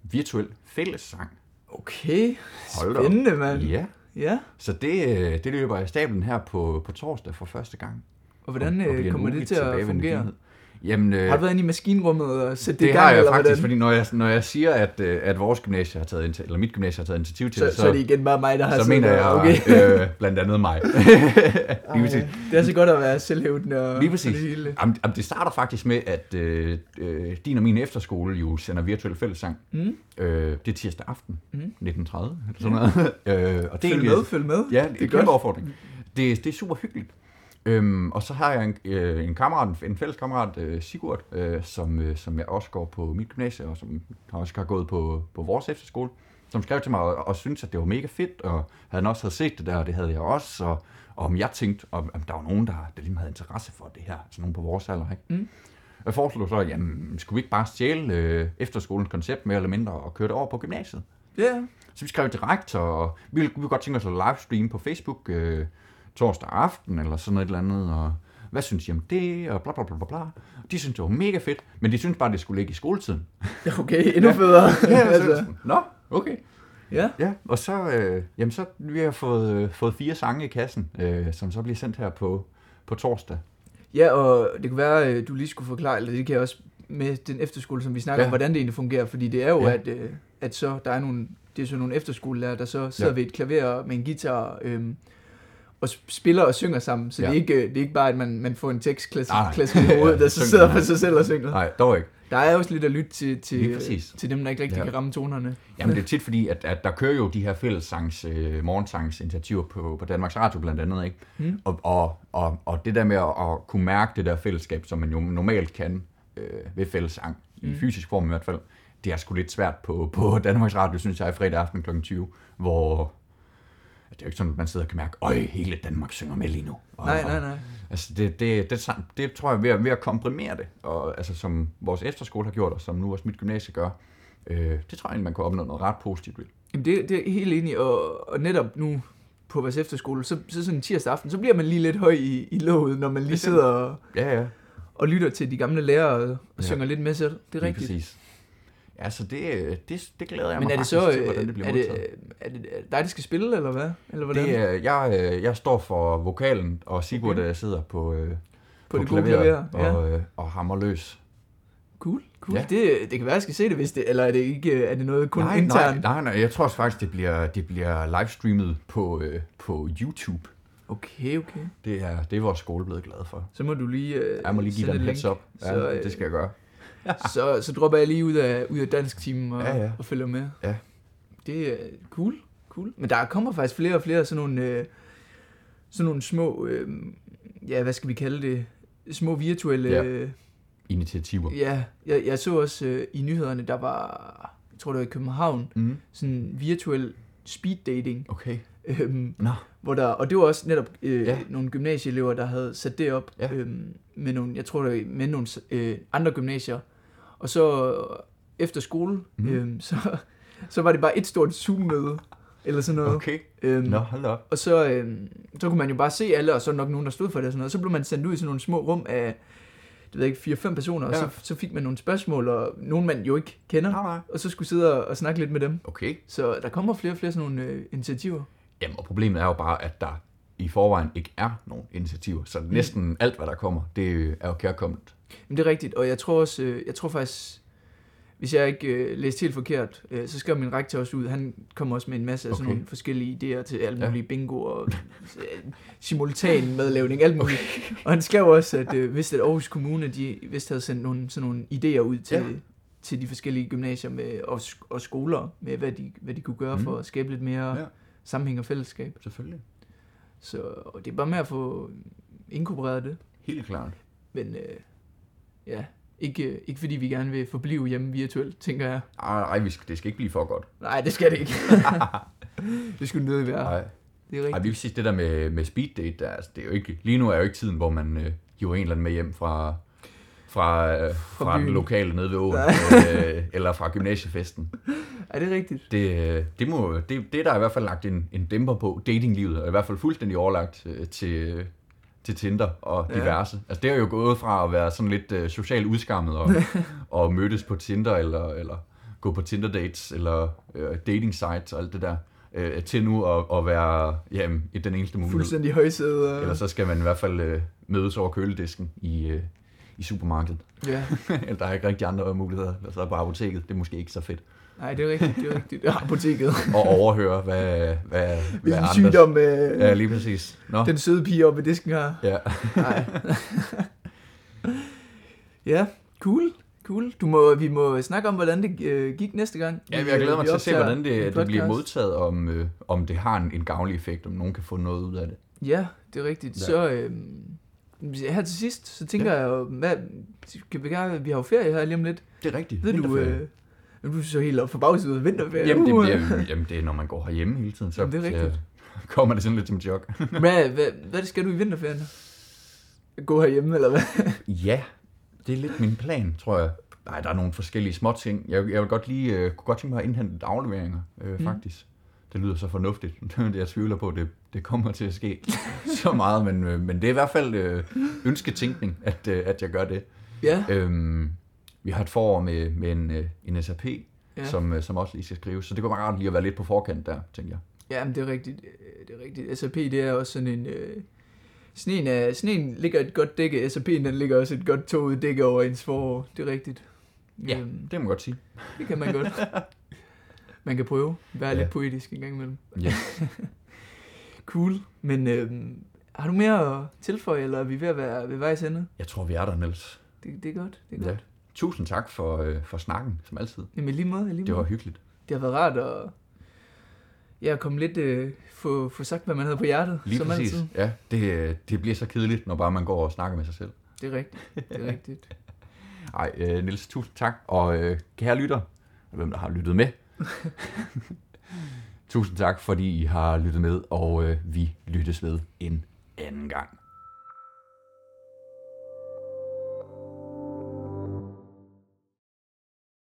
virtuel fællessang. Okay, Hold da op. spændende, mand. Ja. Ja, Så det, øh, det løber i stablen her på, på torsdag for første gang. og hvordan Og- og øh, bliver en kommer ugentlig det til at tilbagevendende fungere? begivenhed. Jamen, øh, Har du været inde i maskinrummet og sætte det, det i gang, har jeg eller faktisk, hvordan? fordi når jeg, når jeg siger, at, øh, at vores gymnasie har taget, initi- eller mit gymnasie har taget initiativ til det, så, så er det igen bare mig, der har så siddet mener der. jeg okay. okay. øh, blandt andet mig. Lige præcis. Det er så godt at være selvhævdende og Lige og det præcis. hele. Jamen, jamen, det starter faktisk med, at øh, øh, din og min efterskole jo sender virtuel fællessang. Mm. Øh, det er tirsdag aften, mm. Mm. 1930, eller sådan noget. øh, og det er Følg egentlig- med, følg med. Ja, det er en det er kæmpe godt. opfordring. Det, det er super hyggeligt. Øhm, og så har jeg en, øh, en kammerat, en- en fælles kammerat, øh, Sigurd, øh, som, øh, som jeg også går på mit gymnasie, og som har også har gået på, på vores efterskole, som skrev til mig og, og syntes, at det var mega fedt, og han også havde set det der, og det havde jeg også, og, og om jeg tænkte, om, om der var nogen, der, der ligesom havde interesse for det her, altså nogen på vores alder, ikke? Mm. Jeg foreslog så, jamen, skulle vi ikke bare stjæle øh, efterskolens koncept mere eller mindre og køre det over på gymnasiet? Ja, Så vi skrev direkte, og vi ville, vi ville godt tænke os at livestream på Facebook øh, torsdag aften, eller sådan noget et eller andet, og hvad synes I om det, og bla bla bla bla bla. De synes, det var mega fedt, men de synes bare, det skulle ligge i skoletiden. Okay, endnu federe. Ja, altså. Nå, okay. ja. Ja, og så, øh, jamen så vi har fået, øh, fået fire sange i kassen, øh, som så bliver sendt her på, på torsdag. ja, og det kunne være, øh, du lige skulle forklare, eller det kan jeg også med den efterskole, som vi snakker ja. Ja. om, hvordan det egentlig fungerer, fordi det er jo, Ja. ja. at, øh, at så der er nogle, det er så nogle efterskolelærer, der så sidder Ja. ja. ved et klaver med en guitar øhm, og sp- spiller og synger sammen, så ja. Ja. det, er ikke, øh, det er ikke bare, at man, man får en tekstklasse Nej, nej. klasse i hovedet, der så Synger, sidder nej. for sig selv og synger. Nej, dog ikke. Der er også lidt at lytte til, Lige til, præcis. til dem, der ikke rigtig Ja. ja. kan ramme tonerne. Jamen det er tit fordi, at, at der kører jo de her fællessangs, øh, morgensangsinitiativer på, på Danmarks Radio blandt andet, ikke? Mm. Og, og, og, og det der med at, at kunne mærke det der fællesskab, som man jo normalt kan øh, ved fællessang, mm. i Mm. fysisk form i hvert fald, det er sgu lidt svært på, på Danmarks Radio, synes jeg, i fredag aften kl. 20, hvor det er jo ikke sådan, at man sidder og kan mærke, øj, hele Danmark synger med lige nu. Og, Nej, og- nej, nej. Altså det, det, det, sam- det tror jeg ved at, ved at komprimere det, og altså som vores efterskole har gjort, og som nu også mit gymnasie gør, øh, det tror jeg egentlig, man kan opnå noget ret positivt ved. Jamen det, det er helt enig, og, og netop nu på vores efterskole, så, så sådan en tirsdag aften, så bliver man lige lidt høj i, i låget, når man lige Bestemt. sidder og, Ja, ja. og lytter til de gamle lærere og, og Ja. ja. synger lidt med selv. Det er Lige rigtigt. Præcis. Ja, så det, øh, det, det glæder jeg Men mig er det faktisk så til, øh, hvordan det bliver er, det, modtaget. er det er det dig, der skal spille, eller hvad? Eller hvordan? Det, er, jeg, øh, jeg står for vokalen, og Sigurd Okay. okay. sidder på, øh, på, det gode klaver. Ja. og, øh, og hammer løs. Cool, cool. Ja. Ja. Det, det kan være, jeg skal se det, hvis det, eller er det ikke er det noget kun nej, nej, internt? nej, nej, jeg tror også faktisk, det bliver, det bliver livestreamet på, øh, på YouTube. Okay, okay. Det er, det er vores skole blevet glad for. Så må du lige øh, Jeg må lige give sende dig en et heads link. up. Ja, Så, øh, det skal jeg gøre. så, så dropper jeg lige ud af, ud af dansk timen og, Ja, ja, ja. ja. og følger med. Ja. Det er cool, cool. Men der kommer faktisk flere og flere sådan nogle, øh, sådan nogle små, øh, ja, hvad skal vi kalde det, små virtuelle... Ja. Øh, Initiativer. ja, jeg, jeg så også øh, i nyhederne, der var, jeg tror det var i København, Mm. sådan virtuel speed dating. Okay. Øhm, Nå. hvor der, og det var også netop øh, Ja. ja. nogle gymnasieelever, der havde sat det op Ja. ja. øhm, med nogle, jeg tror, det var med nogle øh, andre gymnasier. Og så øh, efter skole, Mhm. mm. øhm, så, så var det bare et stort Zoom-møde, eller sådan noget. Okay. Øhm, Nå, hold da op. Og så, øhm, så kunne man jo bare se alle, og så var der nok nogen, der stod for det og sådan noget. Så blev man sendt ud i sådan nogle små rum af, det ved jeg ikke, 4-5 personer, ja. Ja. og så, så fik man nogle spørgsmål, og nogen man jo ikke kender. Nej, nej. Og så skulle sidde og, og snakke lidt med dem. Okay. Så der kommer flere og flere sådan nogle øh, initiativer. Jamen, og problemet er jo bare, at der i forvejen ikke er nogen initiativer. Mm. Så næsten alt, hvad der kommer, det er jo kærkommet. Men det er rigtigt, og jeg tror også, øh, jeg tror faktisk, hvis jeg ikke øh, læste helt forkert, øh, så skrev min rektor også ud, han kom også med en masse af sådan Okay. nogle forskellige idéer til alt Ja. muligt bingo og øh, simultan madlavning, alt muligt. Okay. Og han skrev også, at øh, hvis at Aarhus Kommune, de vist havde sendt nogle, sådan nogle idéer ud til, Ja. ja. til de forskellige gymnasier med, og, sk- og skoler, med hvad de, hvad de kunne gøre Mm. mm. for at skabe lidt mere Ja. ja. sammenhæng og fællesskab. Selvfølgelig. Så og det er bare med at få inkorporeret det. Helt klart. Men øh, ja, ikke, øh, ikke fordi vi gerne vil forblive hjemme virtuelt, tænker jeg. Ej, ej, vi skal, det skal ikke blive for godt. Nej, det skal det ikke. det skulle nødig være. Ej, Det er ej rigtigt. vi vil sige, det der med, med speed date, der, altså, det er jo ikke, lige nu er jo ikke tiden, hvor man øh, hiver en eller anden med hjem fra, fra, øh, fra, den byen. lokale nede ved åen, øh, eller fra gymnasiefesten. Er det er rigtigt? Det, øh, det, må, det, det er der i hvert fald lagt en, en dæmper på datinglivet, og i hvert fald fuldstændig overlagt øh, til, øh, til Tinder og Ja. diverse. Altså det er jo gået fra at være sådan lidt øh, socialt udskammet og, og mødtes på Tinder, eller, eller gå på Tinder dates, eller øh, dating sites og alt det der, øh, til nu at, at være jamen, den eneste mulighed. Fuldstændig højsæde. Og... Eller så skal man i hvert fald øh, mødes over køledisken i, øh, i supermarkedet. Ja, eller der er ikke rigtig andre muligheder. Eller så er på apoteket. Det er måske ikke så fedt. nej, det er rigtigt. Det er rigtigt. Det er apoteket. og overhøre, hvad, hvad, hvad Hvilken andres... sygdom øh, Ja, lige præcis. Nå, den søde pige oppe i disken har. ja. Nej. ja, cool. Cool. Du må, vi må snakke om, hvordan det øh, gik næste gang. ja vi, jeg glæder øh, mig vi til at se, optager hvordan en det, det bliver podcast. modtaget, om, øh, om det har en, en gavnlig effekt, om nogen kan få noget ud af det. Ja, det er rigtigt. Ja. Ja. Så øh, her til sidst, så tænker ja. jeg jo, hvad, kan vi, gerne, vi har jo ferie her lige om lidt. Det er rigtigt. Ved du, Vinterferie. øh, nu er du så helt op forbavset ud af vinterferie. Jamen det, Uh. jamen, jamen, det er, når man går herhjemme hele tiden, så Jamen, det er så kommer det sådan lidt som et chok. Hvad, hvad, hvad skal du i vinterferien? Gå herhjemme, eller hvad? Ja, det er lidt min plan, tror jeg. Nej, der er nogle forskellige små ting. Jeg, jeg vil godt lige, øh, kunne godt tænke mig at indhente lidt afleveringer, øh, Mm. faktisk. Det lyder så fornuftigt. Jeg tvivler på, at det, det kommer til at ske så meget, men, øh, men det er i hvert fald øh, ønsketænkning, at, øh, at jeg gør det. Ja, Øhm, vi har et forår med, med en, øh, en SAP, Ja. ja. som, øh, som også lige skal skrives, så det kunne være rart lige at være lidt på forkant der, tænker jeg. ja men det er rigtigt. øh, Det er rigtigt. SAP, det er også sådan en... Øh, sneen, er, sneen ligger et godt dække, SAP'en den ligger også et godt toget dække over ens forår. Det er rigtigt. Ja. Øhm, Det må man godt sige. det kan man godt. Man kan prøve. Være ja. Ja. lidt poetisk en gang imellem. Ja. Cool. Men øhm, har du mere at tilføje, eller er vi ved at være ved vejs ende? Jeg tror, vi er der, Niels. Det, det er godt. Det er Ja. godt. Tusind tak for, øh, for snakken, som altid. Jamen lige måde, lige Det måde. var hyggeligt. Det har været rart at, ja, at komme lidt, øh, få, få sagt, hvad man havde på hjertet, Lige som præcis. altid. Ja, det, øh, det bliver så kedeligt, når bare man går og snakker med sig selv. Det er rigtigt, det er rigtigt. Ej, øh, Niels, tusind tak. Og øh, kære lytter, og hvem der har lyttet med, tusind tak, fordi I har lyttet med, og øh, vi lyttes ved en anden gang.